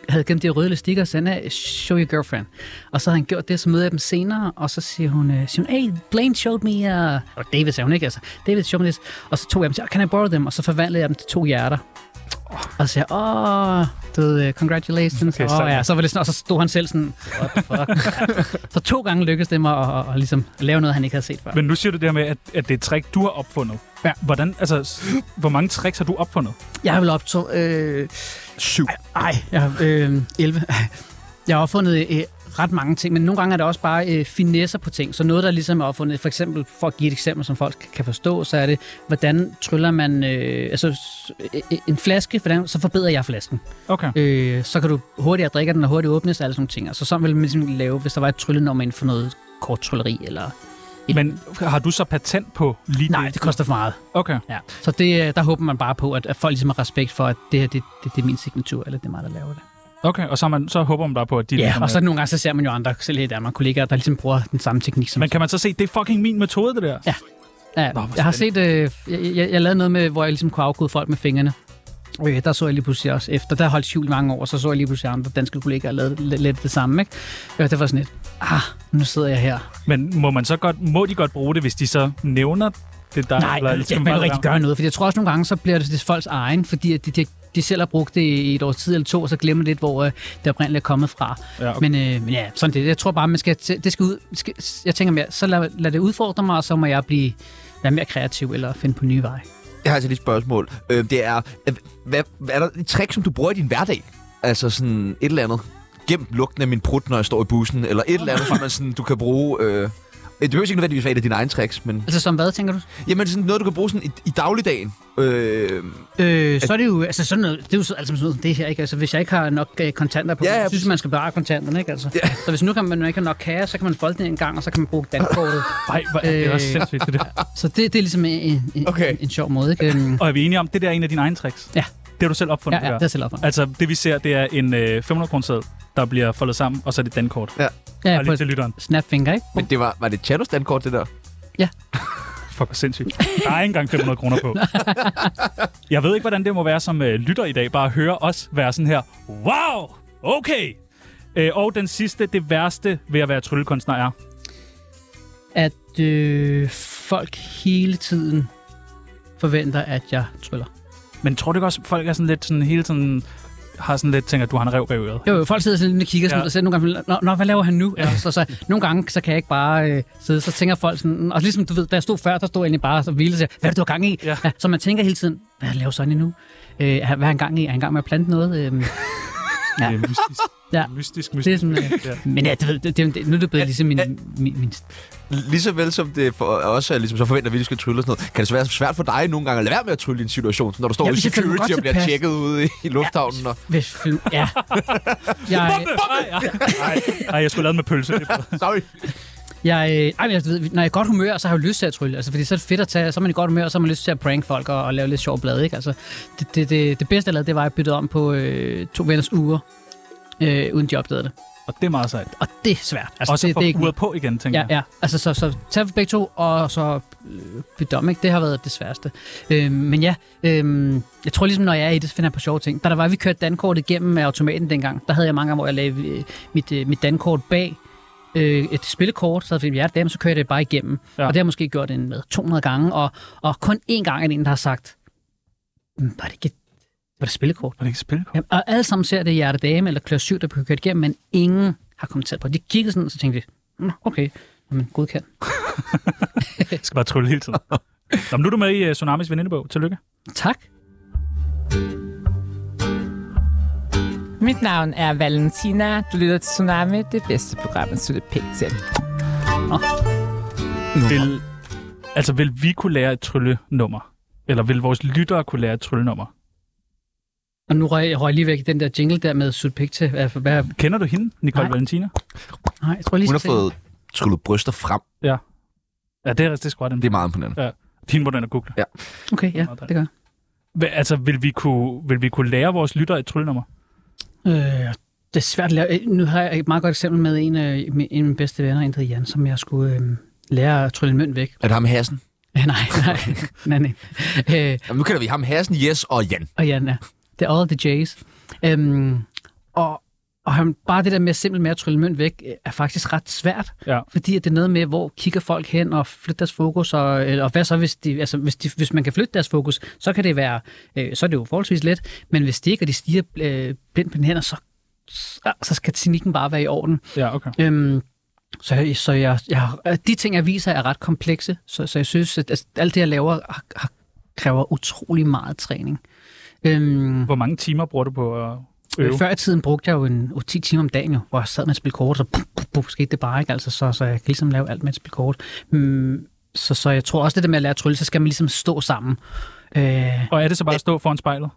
Speaker 3: havde jeg gennem de her røde elastikker, og så sagde han, show your girlfriend. Og så havde han gjort det, så mødte jeg dem senere, og så siger hun, øh, siger hun hey, Blaine showed me, uh... og David sagde hun ikke, altså, David showed me this. Og så tog jeg dem til, "Oh, can I borrow them? Og så forvandlede jeg dem til to hjerter. Og så sagde jeg, åh, du ved, øh, congratulations.
Speaker 1: Okay,
Speaker 3: Okay,
Speaker 1: sådan.
Speaker 3: og, ja, så var det sådan, og så stod han selv sådan, what the fuck. så to gange lykkedes det mig at, at, at, ligesom lave noget, han ikke havde set før.
Speaker 1: Men nu siger du det her med, at, at det er et trick, du har opfundet.
Speaker 3: Ja.
Speaker 1: Hvordan, altså, s- hvor mange tricks har du opfundet?
Speaker 3: Jeg har vel optaget... Øh,
Speaker 2: Syv.
Speaker 3: ej, jeg har, øh, 11. Jeg har opfundet øh, ret mange ting, men nogle gange er der også bare øh, finesser på ting. Så noget, der ligesom er opfundet, for eksempel, for at give et eksempel, som folk kan forstå, så er det, hvordan tryller man øh, altså, s- øh, øh, en flaske, hvordan, så forbedrer jeg flasken.
Speaker 1: Okay.
Speaker 3: Øh, så kan du hurtigere drikke den, og hurtigt åbnes, og alle sådan nogle ting. Og så sådan vil man ligesom lave, hvis der var et tryllenummer inden for noget kort trylleri, eller...
Speaker 1: Men har du så patent på lige
Speaker 3: Øh, Nej, det koster for meget.
Speaker 1: Okay.
Speaker 3: Ja. Så det, øh, der håber man bare på, at, at folk ligesom har respekt for, at det her, det, det, det er min signatur, eller det er mig, der laver det.
Speaker 1: Okay, og så, har man, så håber man bare på, at de...
Speaker 3: Ja,
Speaker 1: ligesom,
Speaker 3: og så
Speaker 1: øh,
Speaker 3: nogle gange så ser man jo andre, selv her i Danmark, kollegaer, der ligesom bruger den samme teknik som
Speaker 1: Men kan man så se, det er fucking min metode, det der?
Speaker 3: Ja. Ja,
Speaker 1: hvor
Speaker 3: jeg har set, øh, jeg, jeg, jeg lavede noget med, hvor jeg ligesom kunne afkode folk med fingrene. Øh, der så jeg lige pludselig også efter, der holdt Hjul i mange år, så så jeg lige pludselig andre danske kollegaer lavede lidt, lidt det samme, ikke? Øh, det var sådan lidt, ah, nu sidder jeg her.
Speaker 1: Men må, man så godt, må de godt bruge det, hvis de så nævner det der?
Speaker 3: Nej, eller,
Speaker 1: skal
Speaker 3: jeg,
Speaker 1: bare
Speaker 3: man kan
Speaker 1: lade
Speaker 3: rigtig
Speaker 1: være?
Speaker 3: gøre noget, for jeg tror også nogle gange, så bliver det, det er folks egen, fordi at de, de, de selv har brugt det i et år tid eller to, og så glemmer lidt, hvor øh, det oprindeligt er kommet fra.
Speaker 1: Ja, okay.
Speaker 3: Men, øh, men ja, sådan det. Jeg tror bare, man skal, tæ- det skal ud, skal, jeg tænker mere, så lad, lad det udfordre mig, og så må jeg blive være mere kreativ eller finde på nye veje.
Speaker 2: Jeg har altså lige et spørgsmål. Øh, det er, øh, hvad, hvad er der et trick, som du bruger i din hverdag? Altså sådan et eller andet. Gem lugten af min prut, når jeg står i bussen. Eller et eller andet, som man sådan, du kan bruge... Øh, det behøver ikke nødvendigvis være et af dine egne tricks, men...
Speaker 3: Altså som hvad, tænker du?
Speaker 2: Jamen, sådan noget, du kan bruge sådan i, i dagligdagen. Øh,
Speaker 3: Øh, så er det jo, altså sådan noget, det er jo så, altså sådan noget, som det her, ikke? Altså hvis jeg ikke har nok øh, kontanter på,
Speaker 2: Ja,
Speaker 3: ja,
Speaker 2: ja,
Speaker 3: jeg synes, man skal bevare kontanterne, ikke? Altså. Ja. Så hvis nu kan man, man ikke har nok kager, så kan man folde den en gang, og så kan man bruge dankortet.
Speaker 1: Ej, hvor er det
Speaker 3: Øh,
Speaker 1: også sindssygt, det der.
Speaker 3: så det, det er ligesom en, en,
Speaker 2: Okay.
Speaker 3: okay. en, en sjov måde, ikke? Øhm,
Speaker 1: Og er vi enige om, det der er en af dine egne tricks?
Speaker 3: Ja.
Speaker 1: Det har du selv opfundet,
Speaker 3: ja, ja, det
Speaker 1: det der.
Speaker 3: er selv op.
Speaker 1: Altså, det vi ser, det er en øh, 500 kroner der bliver foldet sammen, og så er det dankort.
Speaker 3: Ja,
Speaker 1: Ja,
Speaker 3: ja, på
Speaker 1: lige til
Speaker 3: et
Speaker 1: lytteren.
Speaker 3: snapfinger, ikke?
Speaker 2: men det var, var det Chanos dankort, det der?
Speaker 1: Fuck, hvor sindssygt. Der er ikke engang 500 kroner på. Jeg ved ikke, hvordan det må være som øh, lytter i dag, bare at høre os være sådan her, wow, okay. Øh, og den sidste, det værste ved at være tryllekunstner er,
Speaker 3: At øh, folk hele tiden forventer, at jeg tryller.
Speaker 1: men tror du ikke også, folk er sådan lidt sådan hele tiden, har sådan lidt tænker, at du har en rev bag øret?
Speaker 3: Jo, jo, folk sidder sådan lidt og kigger sådan,
Speaker 1: Ja.
Speaker 3: ja. og siger nogle gange, nå, nå, hvad laver han nu?
Speaker 1: Ja.
Speaker 3: Ja. Altså, så, så, nogle gange, så kan jeg ikke bare øh, sidde, så tænker folk sådan, og ligesom du ved, da jeg stod før, der stod jeg egentlig bare og hvilede sig, hvad er det, du har gang i?
Speaker 1: Ja.
Speaker 3: Ja. Ja, så man tænker hele tiden, hvad laver sådan nu? Øh, hvad er han gang i? Er han gang med at plante noget? Øhm, Ja.
Speaker 1: Det er mystisk.
Speaker 3: Ja.
Speaker 1: Mystisk,
Speaker 3: det er
Speaker 1: mystisk.
Speaker 3: sådan, øh,
Speaker 1: Ja.
Speaker 3: men ja, det, ved- det, det, nu er det blevet ligesom min, min, min
Speaker 2: Ligeså vel som det for os er, ligesom så forventer, at vi skal trylle og sådan noget, kan det så være svært for dig nogle gange at lade være med at trylle i en situation, sådan, når du står
Speaker 3: Ja,
Speaker 2: ude i
Speaker 3: hvis jeg føler mig
Speaker 2: security
Speaker 3: godt
Speaker 2: og bliver
Speaker 3: tilpas.
Speaker 2: tjekket ude i, i lufthavnen? Og,
Speaker 3: hvis, ja. Jeg,
Speaker 1: Nej, jeg skulle lave med pølse. Det er-
Speaker 2: sorry.
Speaker 3: Jeg, øh, ej, men jeg ved, når jeg er i godt humør, så har jeg jo lyst til at trylle. Altså, fordi så er det fedt at tage, så er man i godt humør, så har man lyst til at prank folk og, og lave lidt sjov blad, ikke? Altså, det, det, det, det bedste, jeg lavede, det var, at jeg byttede om på øh, to venners uger, øh, uden de opdagede det.
Speaker 1: Og det er meget sejt.
Speaker 3: Og det er svært. Altså,
Speaker 1: Og så
Speaker 3: det, det er
Speaker 1: få
Speaker 3: ikke...
Speaker 1: uret på igen, tænker
Speaker 3: Ja,
Speaker 1: jeg.
Speaker 3: ja. Altså, så, så tag for begge to, og så øh, bytte om, ikke? Det har været det sværeste. Øh, men ja, øh, jeg tror ligesom, når jeg er i det, så finder jeg på sjove ting. Da der var, vi kørte dankortet igennem af automaten dengang, der havde jeg mange gange, hvor jeg lagde øh, mit, øh, mit dankort bag øh, et spillekort, så havde jeg et dem, så kørte jeg det bare igennem.
Speaker 1: Ja.
Speaker 3: Ja. Og det har jeg måske gjort en med 200 gange, og, og kun én gang er der en, der har sagt, "Mm, var det ikke et, var det et spillekort?
Speaker 1: Var det ikke spil?
Speaker 3: Jamen, og alle sammen ser det hjerte dame eller klør 7, der bliver kørt igennem, men ingen har kommenteret på det. De kiggede sådan, og så tænkte de, "Nå, okay, men godkendt.
Speaker 1: Jeg skal bare trylle hele tiden. Nå, men nu er du med i uh, Tsunamis venindebog. Tillykke.
Speaker 3: Tak.
Speaker 9: Mit navn er Valentina. Du lytter til Tsunami, det bedste program, at slutte pænt til.
Speaker 1: Del- Altså, vil vi kunne lære et tryllenummer? Eller vil vores lyttere kunne lære et tryllenummer?
Speaker 3: Og nu røg, jeg røg lige væk i den der jingle der med Sud Pigte. Hvad, hvad,
Speaker 1: Kender du hende, Nicole
Speaker 3: Nej.
Speaker 1: Valentina?
Speaker 3: nej, jeg tror lige,
Speaker 2: Hun har
Speaker 3: jeg skal
Speaker 2: fået tryllet bryster frem.
Speaker 1: Ja, det er, det er sgu ret
Speaker 2: Det
Speaker 1: det...
Speaker 2: er meget imponerende.
Speaker 1: Hende må du ind og google.
Speaker 3: se. Okay, ja, det gør jeg.
Speaker 1: Hva, altså, vil vi, kunne, vil vi kunne lære vores lyttere et tryllenummer?
Speaker 3: øh, Det er svært at lære. Øh, Nu har jeg et meget godt eksempel med en, øh, med en af mine bedste venner, en der hedder Jan, som jeg skulle øh, lære at trylle en mønt væk.
Speaker 2: Er det ham Hassen?
Speaker 3: nej, nej, nej, nej. Øh,
Speaker 2: Jamen, nu kalder vi ham Hassen, Jes og Jan.
Speaker 3: og Jan er. Det er all the J's. Øhm, og og han, bare det der med simpelt med at trylle mønt væk, øh, er faktisk ret svært.
Speaker 1: Ja.
Speaker 3: Fordi at det er noget med, hvor kigger folk hen og flytter deres fokus, og, eller, og hvad så, hvis, de, altså, hvis, de, hvis man kan flytte deres fokus, så kan det være, øh, så er det jo forholdsvis let, men hvis de ikke, og de stiger øh, blindt på den hænder, så, så- så skal teknikken bare være i orden.
Speaker 1: Ja, okay.
Speaker 3: Øhm, så jeg, så jeg, jeg, øh, de ting, jeg viser, er ret komplekse, så, så jeg synes, at altså, alt det, jeg laver, har, har, kræver utrolig meget træning. Øhm,
Speaker 1: Hvor mange timer bruger du på at øve?
Speaker 3: Øh, Før i tiden brugte jeg jo en 8-10 timer om dagen, jo, hvor jeg sad med et spil kort, så puff, puff, puff, skete det bare ikke, altså, så, så jeg kan ligesom lave alt med et spil kort. Mm, så, så jeg tror også, det der med at lære at trylle, så skal man ligesom stå sammen. Øh,
Speaker 1: Og er det så bare at stå foran spejlet?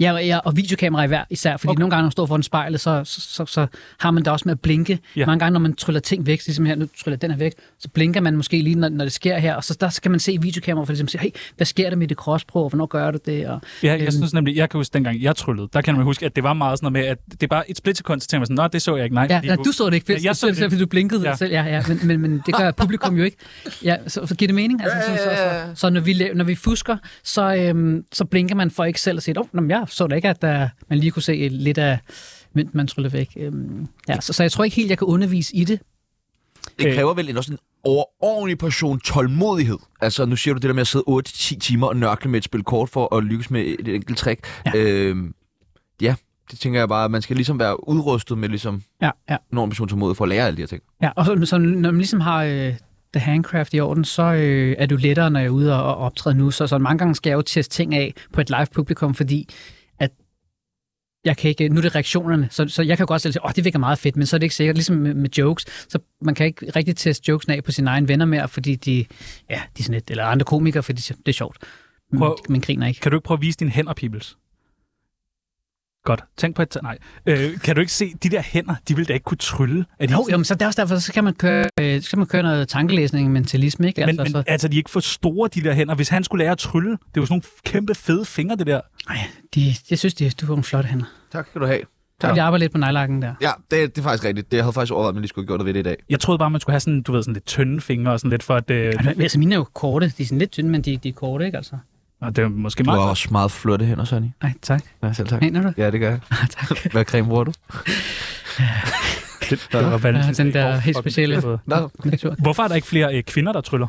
Speaker 3: ja, og- ja, og videokamera i hver, især, fordi okay. nogle gange, når man står foran spejlet, så, så, så, så har man det også med at blinke.
Speaker 1: Ja.
Speaker 3: Ja. Mange gange, når man tryller ting væk, så ligesom her, nu tryller jeg den her væk, så blinker man måske lige, når, når det sker her, og så der skal man se i videokamera for ligesom at se, hey, hvad sker der med det crossbro, og hvornår gør du det? Og,
Speaker 1: Ja, jeg
Speaker 3: Øhm.
Speaker 1: synes nemlig, jeg kan huske dengang, jeg tryllede, der kan man huske, at det var meget sådan noget med, at det er bare et splitsekund, så tænker man sådan, nej, det så jeg ikke, nej.
Speaker 3: Ja,
Speaker 1: fordi
Speaker 3: nej, du så det ikke, for,
Speaker 1: Ja, jeg så det ikke.
Speaker 3: fordi du blinkede
Speaker 1: Ja.
Speaker 3: ja. selv. Ja, ja, men, men, men det gør publikum jo ikke. Ja, så, så giver det mening? Altså, så, så, så, så, når, vi, laver- når vi fusker, så, øhm, så blinker man for ikke selv og siger, åh, oh, jeg så da ikke, at der, man lige kunne se lidt af mønt, man tryllede væk. Øhm, ja, så, så jeg tror ikke helt, jeg kan undervise i det.
Speaker 2: Det
Speaker 1: Øh.
Speaker 2: kræver vel en, også en overordentlig portion tålmodighed. Altså, nu siger du det der med at sidde 8-10 timer og nørkle med et spil kort for at lykkes med et enkelt trick. Ja. Øhm, ja, det tænker jeg bare, at man skal ligesom være udrustet med ligesom
Speaker 3: Ja, ja.
Speaker 2: en enorm portion tålmodighed for at lære alle de her ting.
Speaker 3: Ja, og så, så når man ligesom har øh, The Handcraft i orden, så øh, er du lettere, når jeg er ude og, og optræde nu. Så, så mange gange skal jeg jo teste ting af på et live publikum, fordi at jeg kan ikke, nu er det reaktionerne, så, så jeg kan godt selv sige, åh, oh, det virker meget fedt, men så er det ikke sikkert, ligesom med, med jokes, så man kan ikke rigtig teste jokesene af på sine egne venner mere, fordi de, ja, de er sådan lidt, eller andre komikere, fordi de siger, det er sjovt. Men
Speaker 1: Prøv-
Speaker 3: man griner ikke.
Speaker 1: Kan du ikke prøve at vise dine hænder, Pibels? Godt. Tænk på et... Nej. Øh, kan du ikke se, de der hænder, de ville da ikke kunne trylle? Er de
Speaker 3: Jo,
Speaker 1: ikke-
Speaker 3: jo, men så, det er også derfor, så kan man køre, øh, så kan man køre noget tankelæsning, mentalisme, ikke?
Speaker 1: Men,
Speaker 3: så,
Speaker 1: men altså, de er ikke for store, de der hænder. Hvis han skulle lære at trylle, det er jo sådan nogle kæmpe fede fingre, det der.
Speaker 3: ej, de, jeg synes, de, du har en flot hænder.
Speaker 2: Tak skal du have.
Speaker 3: Tak. Jeg arbejder lidt på nejlakken der.
Speaker 2: Ja, det, det er faktisk rigtigt. Det jeg havde faktisk overvejet, at man lige skulle have gjort noget ved det i dag.
Speaker 1: Jeg troede bare, man skulle have sådan, du ved, sådan lidt tynde fingre og sådan lidt for, at øh, det,
Speaker 3: Altså, altså, mine er jo korte. De er sådan lidt tynde, men de, de er korte, ikke altså?
Speaker 1: og det er måske
Speaker 2: Du
Speaker 1: meget.
Speaker 2: har også meget flotte hænder, Sonny.
Speaker 3: Nej, tak.
Speaker 2: Ja, selv tak.
Speaker 3: Mener du?
Speaker 2: Ja, det gør jeg. tak. Hvad creme bruger du?
Speaker 1: Det var
Speaker 3: Ja,
Speaker 1: Valentins-
Speaker 3: den der
Speaker 1: Åh,
Speaker 3: helt
Speaker 1: fucking
Speaker 3: specielle.
Speaker 1: fede.
Speaker 2: Nå,
Speaker 3: Natur.
Speaker 1: Hvorfor er der ikke flere øh, kvinder, der tryller?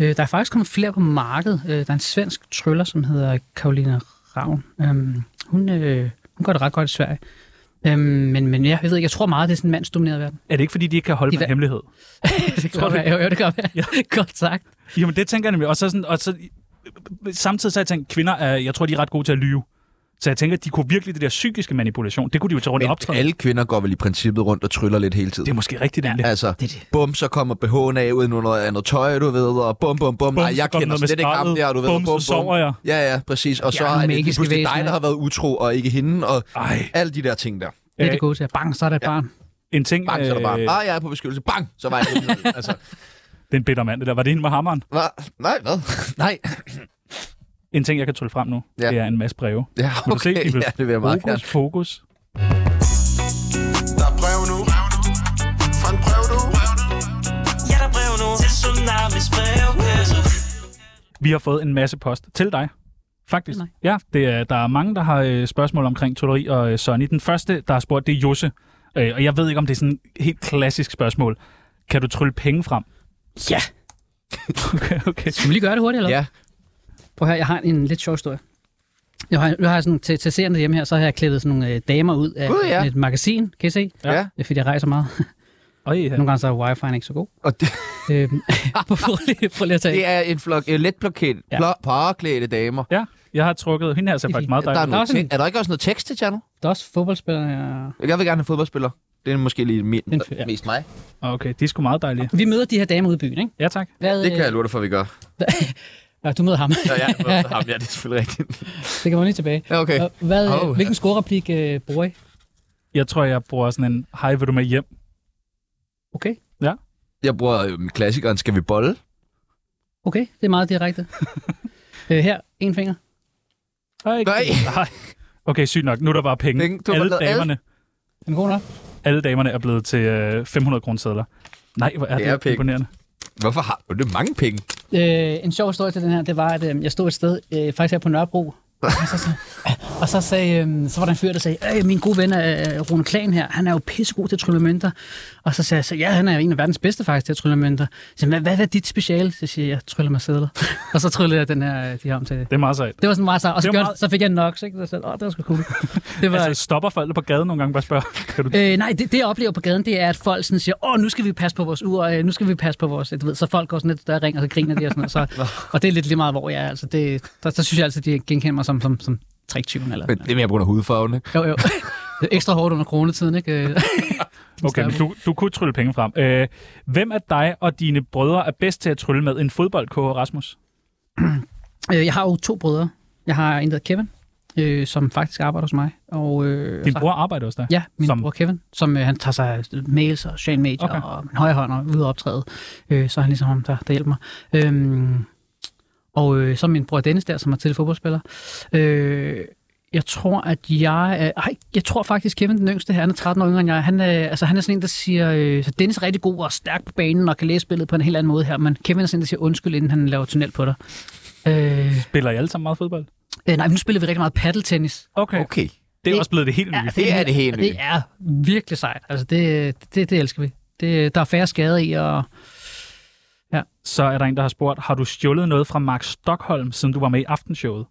Speaker 3: Øh, der er faktisk kommet flere på markedet. Øh, der er en svensk tryller, som hedder Karolina Ravn. Øhm, hun, øh, hun gør det ret godt i Sverige. Øhm, men, men ja, jeg ved ikke, jeg tror meget, det er sådan en mandsdomineret verden.
Speaker 1: Er det ikke, fordi de ikke kan holde
Speaker 3: De
Speaker 1: på en
Speaker 3: va-
Speaker 1: hemmelighed?
Speaker 3: det kan
Speaker 1: Tror
Speaker 3: godt
Speaker 1: du
Speaker 3: være. Jo, jo, det kan godt være. Ja. godt sagt.
Speaker 1: Jamen, det tænker jeg nemlig. Og så, sådan, og så samtidig så har jeg tænkt, kvinder er, jeg tror, de er ret gode til at lyve. Så jeg tænker, at de kunne virkelig det der psykiske manipulation, det kunne de jo tage rundt i
Speaker 2: men
Speaker 1: optræden.
Speaker 2: alle kvinder går vel i princippet rundt og tryller lidt hele tiden.
Speaker 1: Det er måske rigtigt, nemlig.
Speaker 2: Altså,
Speaker 3: Det er det.
Speaker 2: bum, så kommer BH'en af ud noget andet tøj, du ved, og bum, bum,
Speaker 1: Bum,
Speaker 2: bum. Nej,
Speaker 1: så
Speaker 2: jeg
Speaker 1: kom
Speaker 2: kender
Speaker 1: noget med
Speaker 2: slet ikke ham
Speaker 1: skraldet.
Speaker 2: der, du ved.
Speaker 1: Bum, så sover jeg.
Speaker 2: Ja, ja, præcis. Og så
Speaker 3: Jeg er
Speaker 2: er
Speaker 3: nogle
Speaker 2: det lige
Speaker 3: magiske
Speaker 2: pludselig dig,
Speaker 3: væsener,
Speaker 2: der har været utro, og ikke hende, og
Speaker 1: Ej.
Speaker 2: alle de der ting der.
Speaker 3: Det er
Speaker 1: Øh,
Speaker 3: det gode til. Bang, så er der et barn.
Speaker 1: En ting,
Speaker 2: Bang, så er der bare,
Speaker 1: øh,
Speaker 2: ah, jeg er på beskyttelse. Bang, så var jeg hjemme. altså,
Speaker 1: det er en bitter mand, det der. Var det hende med hammeren?
Speaker 2: hva? Nej, hvad? Nej.
Speaker 1: En ting, jeg kan trylle frem nu,
Speaker 2: Ja.
Speaker 1: det er en masse breve.
Speaker 2: Ja,
Speaker 1: Vil du se,
Speaker 2: okay.
Speaker 1: Ibel?
Speaker 2: Ja, det vil jeg meget gerne.
Speaker 1: Fokus, fokus.
Speaker 6: Der er brev nu. Fra en brev du.
Speaker 7: Ja, der er brev nu til Tsunamis brevkasse.
Speaker 1: Vi har fået en masse post til dig. Faktisk.
Speaker 3: Til
Speaker 1: Ja, det er, der er mange, der har øh, spørgsmål omkring trolleri og øh, Sonny. Den første, der har spurgt, det er Josse. Øh, og jeg ved ikke, om det er sådan et helt klassisk spørgsmål. Kan du trylle penge frem?
Speaker 3: Ja.
Speaker 1: Okay, okay.
Speaker 3: Skal vi lige gøre det hurtigt, eller?
Speaker 2: Ja.
Speaker 3: Prøv her, jeg har en lidt sjov historie. Jeg har, nu har jeg sådan, til, til seerne hjemme her, så har jeg klippet sådan nogle øh, damer ud af
Speaker 2: Gud, ja.
Speaker 3: et magasin. Kan I se?
Speaker 2: Ja.
Speaker 3: Det er fordi, jeg rejser meget.
Speaker 1: Og, ja.
Speaker 3: Nogle gange så er wifi'en ikke så god.
Speaker 2: Og det,
Speaker 3: Øhm, prøv, lige, prøv lige at tage
Speaker 2: det er en flok øh, let blokeret-
Speaker 3: Ja.
Speaker 2: blå- påklædte damer.
Speaker 1: ja, jeg har trukket. Hende her ser
Speaker 3: Det er
Speaker 1: faktisk
Speaker 3: fint.
Speaker 1: meget
Speaker 2: Der er,
Speaker 1: dejlig. ud.
Speaker 2: noget
Speaker 3: også en-
Speaker 2: te- er der ikke også noget tekst til Tjerno?
Speaker 3: Der er også fodboldspillere.
Speaker 2: Jeg vil gerne have fodboldspiller.
Speaker 8: Det er måske lige min,
Speaker 3: Den fyr, ja.
Speaker 8: mest mig.
Speaker 1: Okay, de er sgu meget dejlige.
Speaker 3: Vi møder de her damer ude i byen, ikke?
Speaker 1: Ja, tak.
Speaker 3: Hvad,
Speaker 8: Det kan
Speaker 3: øh,
Speaker 8: jeg love dig for, at vi gør.
Speaker 3: Nå, du møder ham.
Speaker 8: Ja, jeg har ham. Ja, det er selvfølgelig rigtigt.
Speaker 3: det kan man lige tilbage.
Speaker 8: Ja, okay.
Speaker 3: Og Hvad, øh,
Speaker 8: Åh.
Speaker 3: hvilken scorereplik øh, bruger I?
Speaker 1: Jeg tror, jeg bruger sådan en, hej, vil du med hjem?
Speaker 3: Okay.
Speaker 8: Jeg bruger øhm, klassikeren Skal vi bolle?
Speaker 3: Okay, det er meget direkte. øh, her, en finger.
Speaker 1: Hej.
Speaker 8: Nej.
Speaker 1: Nej. Okay, sygt nok. Nu er der bare penge.
Speaker 8: Penge. Du har
Speaker 1: alle,
Speaker 8: bare lavet alle-
Speaker 1: damerne,
Speaker 3: Den er god nok.
Speaker 1: alle damerne er blevet til øh, 500 kroner Nej, hvor er
Speaker 8: Det
Speaker 1: det,
Speaker 8: er
Speaker 1: det
Speaker 8: penge.
Speaker 1: imponerende.
Speaker 8: Hvorfor har du det er mange penge?
Speaker 3: Øh, en sjov historie til den her, det var, at øh, jeg stod et sted, øh, faktisk her på Nørrebro, og så, så, og så, sagde, øh, så var der en fyr, der sagde, øh, min gode ven er øh, Rune Klan her, han er jo pissegod til at trylle mønter. Og så sagde jeg, så, ja, han er jo en af verdens bedste faktisk til at trylle mønter. Så sagde, han, hvad, hvad er dit speciale? Så siger jeg, jeg tryller mig sædler. og så tryllede jeg den her, øh, de her om til
Speaker 1: Det er meget sejt.
Speaker 3: det var sådan meget så, og så,
Speaker 1: Det var
Speaker 3: gjorde,
Speaker 1: meget-
Speaker 3: så fik jeg nok, så, ikke? så åh, det var sgu cool. Det var,
Speaker 1: Altså, stopper folk på gaden nogle gange bare spørger, kan du...
Speaker 3: Øh, nej, det, det, jeg oplever på gaden, det er, at folk sådan siger, åh, nu skal vi passe på vores ur, øh, nu skal vi passe på vores... Du ved, så folk går sådan lidt større ring, og så griner de og sådan noget. Så, og det er lidt lige meget, hvor jeg er. Altså, det, der, der, synes jeg altid, de genkender mig som, som, som triktyven eller
Speaker 8: Men
Speaker 3: sådan
Speaker 8: det er mere på grund af hudfarven, ikke?
Speaker 3: noget. Jo, jo. Det er ekstra hårdt under coronatiden, ikke? Øh,
Speaker 1: Okay, men du, du kunne trylle penge frem. Øh, hvem af dig og dine brødre er bedst til at trylle med en fodbold, KH Rasmus?
Speaker 3: øh, jeg har jo to brødre. Jeg har en, der hedder Kevin, øh, som faktisk arbejder hos mig. Og, øh,
Speaker 1: Din
Speaker 3: så-
Speaker 1: bror arbejder hos dig?
Speaker 3: Ja, min
Speaker 1: Som-
Speaker 3: som... bror Kevin, som øh, han tager sig af mails og social media
Speaker 1: Okay.
Speaker 3: okay. og min højre hånd og ude at optræde. Øh, så er han ligesom ham, der, der hjælper mig. Øhm, og øh, så min bror Dennis der, som er tidligere fodboldspiller. Øh, jeg tror, at jeg... Øh, ej, jeg tror faktisk, Kevin den yngste her, han er 13 år yngre end jeg. Han, øh, altså, han er sådan en, der siger... Øh, så Dennis er rigtig god og stærk på banen og kan læse spillet på en helt anden måde her, men Kevin er sådan en, der siger undskyld, inden han laver tunnel på dig. Øh,
Speaker 1: Spiller I alle sammen meget fodbold?
Speaker 3: øh, nej, men nu spiller vi rigtig meget paddeltennis.
Speaker 1: Okay. okay.
Speaker 8: Okay.
Speaker 1: Det er
Speaker 3: Det-
Speaker 1: også blevet det helt nye.
Speaker 8: Det er det helt
Speaker 3: Og
Speaker 8: nye.
Speaker 3: det er virkelig sejt. Altså, det, det, det elsker vi. Det, der er færre skader i, og
Speaker 1: Så er der en, der har spurgt, har du stjålet noget fra Mark Stockholm, siden du var med i aftenshowet?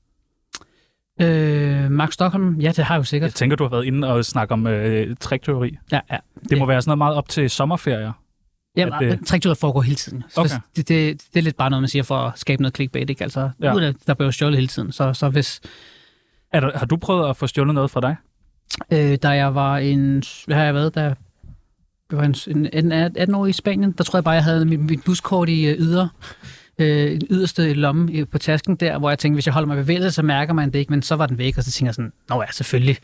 Speaker 3: øh, Mark Stockholm, ja, det har jeg jo
Speaker 1: Jeg
Speaker 3: sikkert.
Speaker 1: tænker, du har været inde og snakke om øh, trikteori.
Speaker 3: Ja, ja.
Speaker 1: Det må være sådan noget meget op til sommerferier.
Speaker 3: Jamen,
Speaker 1: at,
Speaker 3: at,
Speaker 1: øh,
Speaker 3: Trikturet foregår hele tiden. Så
Speaker 1: Okay.
Speaker 3: det, det, det, er lidt bare noget, man siger for at skabe noget clickbait, ikke? Altså,
Speaker 1: Ja.
Speaker 3: ja. ud af, der bliver jo stjålet hele tiden. Så, så hvis
Speaker 1: Er der, har du prøvet at få stjålet noget fra dig?
Speaker 3: øh, da jeg var en... Hvad har jeg været? Da jeg var en, en, en 18 år i Spanien, der tror jeg bare, jeg havde mit, mit buskort i øh, yder. Øh, en yderste lomme øh, på tasken der, hvor jeg tænkte, hvis jeg holder mig bevæget, så mærker man det ikke, men så var den væk, og så tænker jeg sådan, nå ja, selvfølgelig,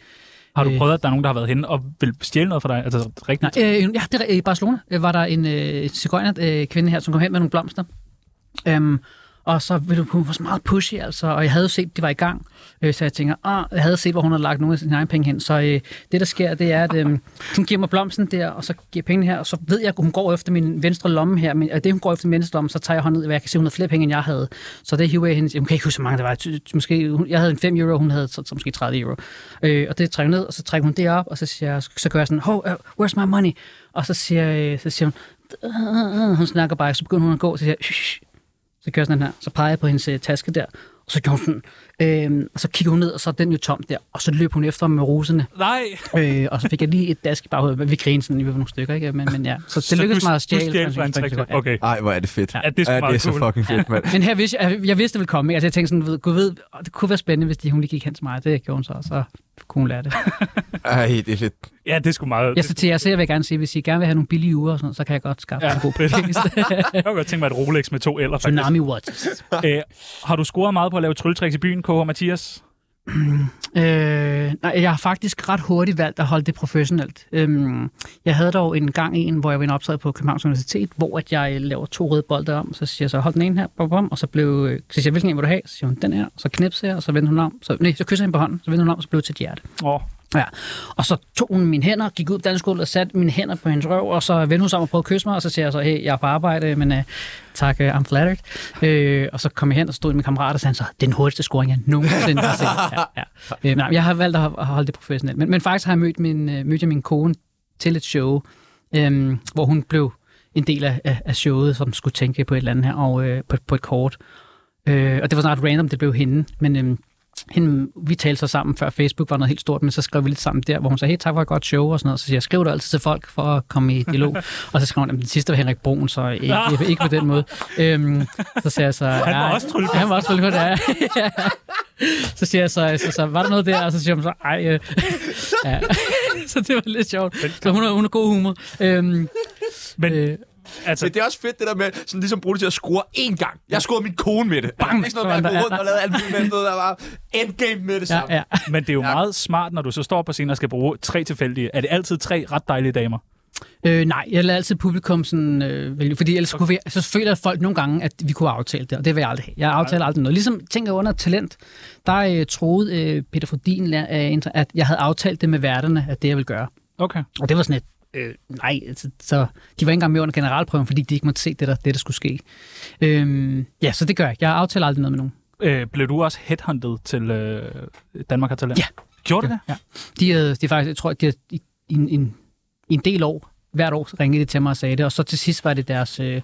Speaker 1: Har du
Speaker 3: Øh.
Speaker 1: prøvet, at der er nogen, der har været henne og vil stjæle noget fra dig? Altså rigtigt?
Speaker 3: Nej, øh, ja, det, er- i Barcelona øh, var der en øh, cigøjner, øh, kvinde her, som kom hen med nogle blomster. Øhm, og så ville hun, hun var så meget pushy, altså, og jeg havde jo set, det var i gang. Øh, så jeg tænker, ah, jeg havde set, hvor hun havde lagt nogle af sine egne penge hen. Så øh, det, der sker, det er, at øh, hun giver mig blomsten der, og så giver pengene her, og så ved jeg, at hun går efter min venstre lomme her. Men af det, hun går efter min venstre lomme, så tager jeg hånden ud, og jeg kan se, hun havde flere penge, end jeg havde. Så det hiver jeg hendes, jeg kan ikke huske, så mange der var. Ty- ty- Måske, hun- jeg havde en 5 euro, hun havde så, så måske 30 euro. Øh, og det trækker jeg ned, og så trækker hun det op, og så, siger jeg, så gør jeg sådan, oh, uh, where's my money? Og så siger, øh, så siger hun, "Øh, øh, øh." hun snakker bare, så begynder hun at gå, så siger jeg, "Shh." så gør jeg sådan her, så peger jeg på hendes øh, taske der, og så gjorde hun sådan, øh, og så kigger hun ned, og så er den jo tom der, og så løb hun efter ham med roserne,
Speaker 1: Nej.
Speaker 3: øh, og så fik jeg lige et dask i baghovedet, men vi grinede sådan, vi var nogle stykker, ikke? Men, men ja, så det
Speaker 1: Så
Speaker 3: lykkedes
Speaker 1: du-
Speaker 3: mig at
Speaker 1: Du
Speaker 3: stjæle.
Speaker 1: stjælte fra en
Speaker 3: faktisk,
Speaker 1: trick.
Speaker 3: faktisk, ja.
Speaker 1: Okay.
Speaker 8: Ej, hvor er det fedt.
Speaker 1: Ja, det er sgu
Speaker 8: Ej, det er
Speaker 1: meget
Speaker 8: så
Speaker 1: cool.
Speaker 8: fucking fedt, mand.
Speaker 3: Men her vidste jeg, jeg vidste, det ville komme. ikke? Altså, jeg tænkte sådan, ved, gud ved, åh, det kunne være spændende, hvis de, hun lige gik hen til mig. Det gjorde hun så, og så kunne hun lære det.
Speaker 8: Ej, det er fedt.
Speaker 1: Ja, det er sgu meget.
Speaker 3: Jeg så til jer, så jeg vil gerne sige, hvis I gerne vil have nogle billige uger og sådan noget, så kan jeg godt skaffe
Speaker 1: Ja,
Speaker 3: ja. en god
Speaker 1: fedt.
Speaker 3: penge.
Speaker 1: Jeg kunne godt tænke mig et Rolex med to eller faktisk.
Speaker 3: Tsunami Watches.
Speaker 1: Æ, har du scoret meget på at lave trylletricks i byen, KH og Mathias?
Speaker 3: Øh, nej, jeg har faktisk ret hurtigt valgt at holde det professionelt. Øhm, jeg havde dog en gang en, hvor jeg var inde optaget på Københavns Universitet, hvor at jeg laver to røde bolde om, så siger jeg så, hold den ene her, bom, bom, og så blev, øh, så siger jeg, hvilken en vil du have? Så siger hun, den her, og så knipser jeg, og så vender hun om, så, nej, så kysser jeg hende på hånden, så vender hun om, og så blev det til et hjerte.
Speaker 1: Åh, oh,
Speaker 3: Ja. Og så tog hun mine hænder, gik ud på dansegulvet og satte mine hænder på hendes røv, og så vendte hun sig om og prøvede at kysse mig, og så siger jeg så, hey, jeg er på arbejde, men uh, tak, uh, I'm flattered. Øh, og så kom jeg hen, og så stod min kammerat, og så sagde han så, det er den hurtigste scoring, jeg nogensinde har set. Ja, ja. Øh, nej, jeg har valgt at ho- at holde det professionelt, men, men faktisk har jeg mødt min, øh, mødte jeg min kone til et show, øhm, hvor hun blev en del af, af, af showet, som skulle tænke på et eller andet her, og øh, på, på et kort. Øh, og det var sådan ret random, det blev hende, men øhm, hende, vi talte så sammen, før Facebook var noget helt stort, men så skrev vi lidt sammen der, hvor hun sagde, hey, tak for et godt show og sådan noget. Så siger jeg, skriv du altid til folk for at komme i dialog. og så skrev hun, "Jamen, den sidste var Henrik Broen, så ikke, ikke på den måde. Øhm, så siger jeg så, han
Speaker 1: var også tryllekunst."
Speaker 3: Han var også tryllekunst, ja. ja. Så siger jeg så, så, så, var der noget der? Og så siger hun så, ej. Øh. Ja. så det var lidt sjovt. Så hun er, hun er god humor. Øhm,
Speaker 1: Men
Speaker 3: øh,
Speaker 1: altså,
Speaker 8: Men det er også fedt, det der med, sådan ligesom bruge det til at score én gang. Jeg scorede min kone med det. Bang! Ikke sådan noget, med at gå rundt og lavede alt muligt andet, der var endgame med det
Speaker 3: ja,
Speaker 8: samme.
Speaker 3: ja.
Speaker 1: men det er jo meget smart, når du så står på scenen og skal bruge tre tilfældige. Er det altid tre ret dejlige damer?
Speaker 3: Øh, nej, jeg lader altid publikum sådan, øh, vælge, fordi ellers kunne vi, så føler folk nogle gange, at vi kunne aftale det, og det vil jeg aldrig have. Jeg aftaler aldrig noget. Ligesom tænker under talent, der øh, troede øh, Peter Frodin, la- øh, inter- at jeg havde aftalt det med værterne, at det jeg ville gøre.
Speaker 1: Okay.
Speaker 3: Og det var sådan et, øh, nej, altså, så de var ikke engang med under generalprøven, fordi de ikke måtte se det, der, det, der skulle ske. Øh, ja, så det gør jeg. Jeg aftaler aldrig noget med nogen.
Speaker 1: Øh, blev du også headhunted til øh, Danmark har talent?
Speaker 3: Ja.
Speaker 1: Gjorde du det?
Speaker 3: Ja. De havde, de faktisk, jeg tror, de havde, i, i, en, en, i en del år, hvert år ringede de til mig og sagde det, og så til sidst var det deres, øh, jeg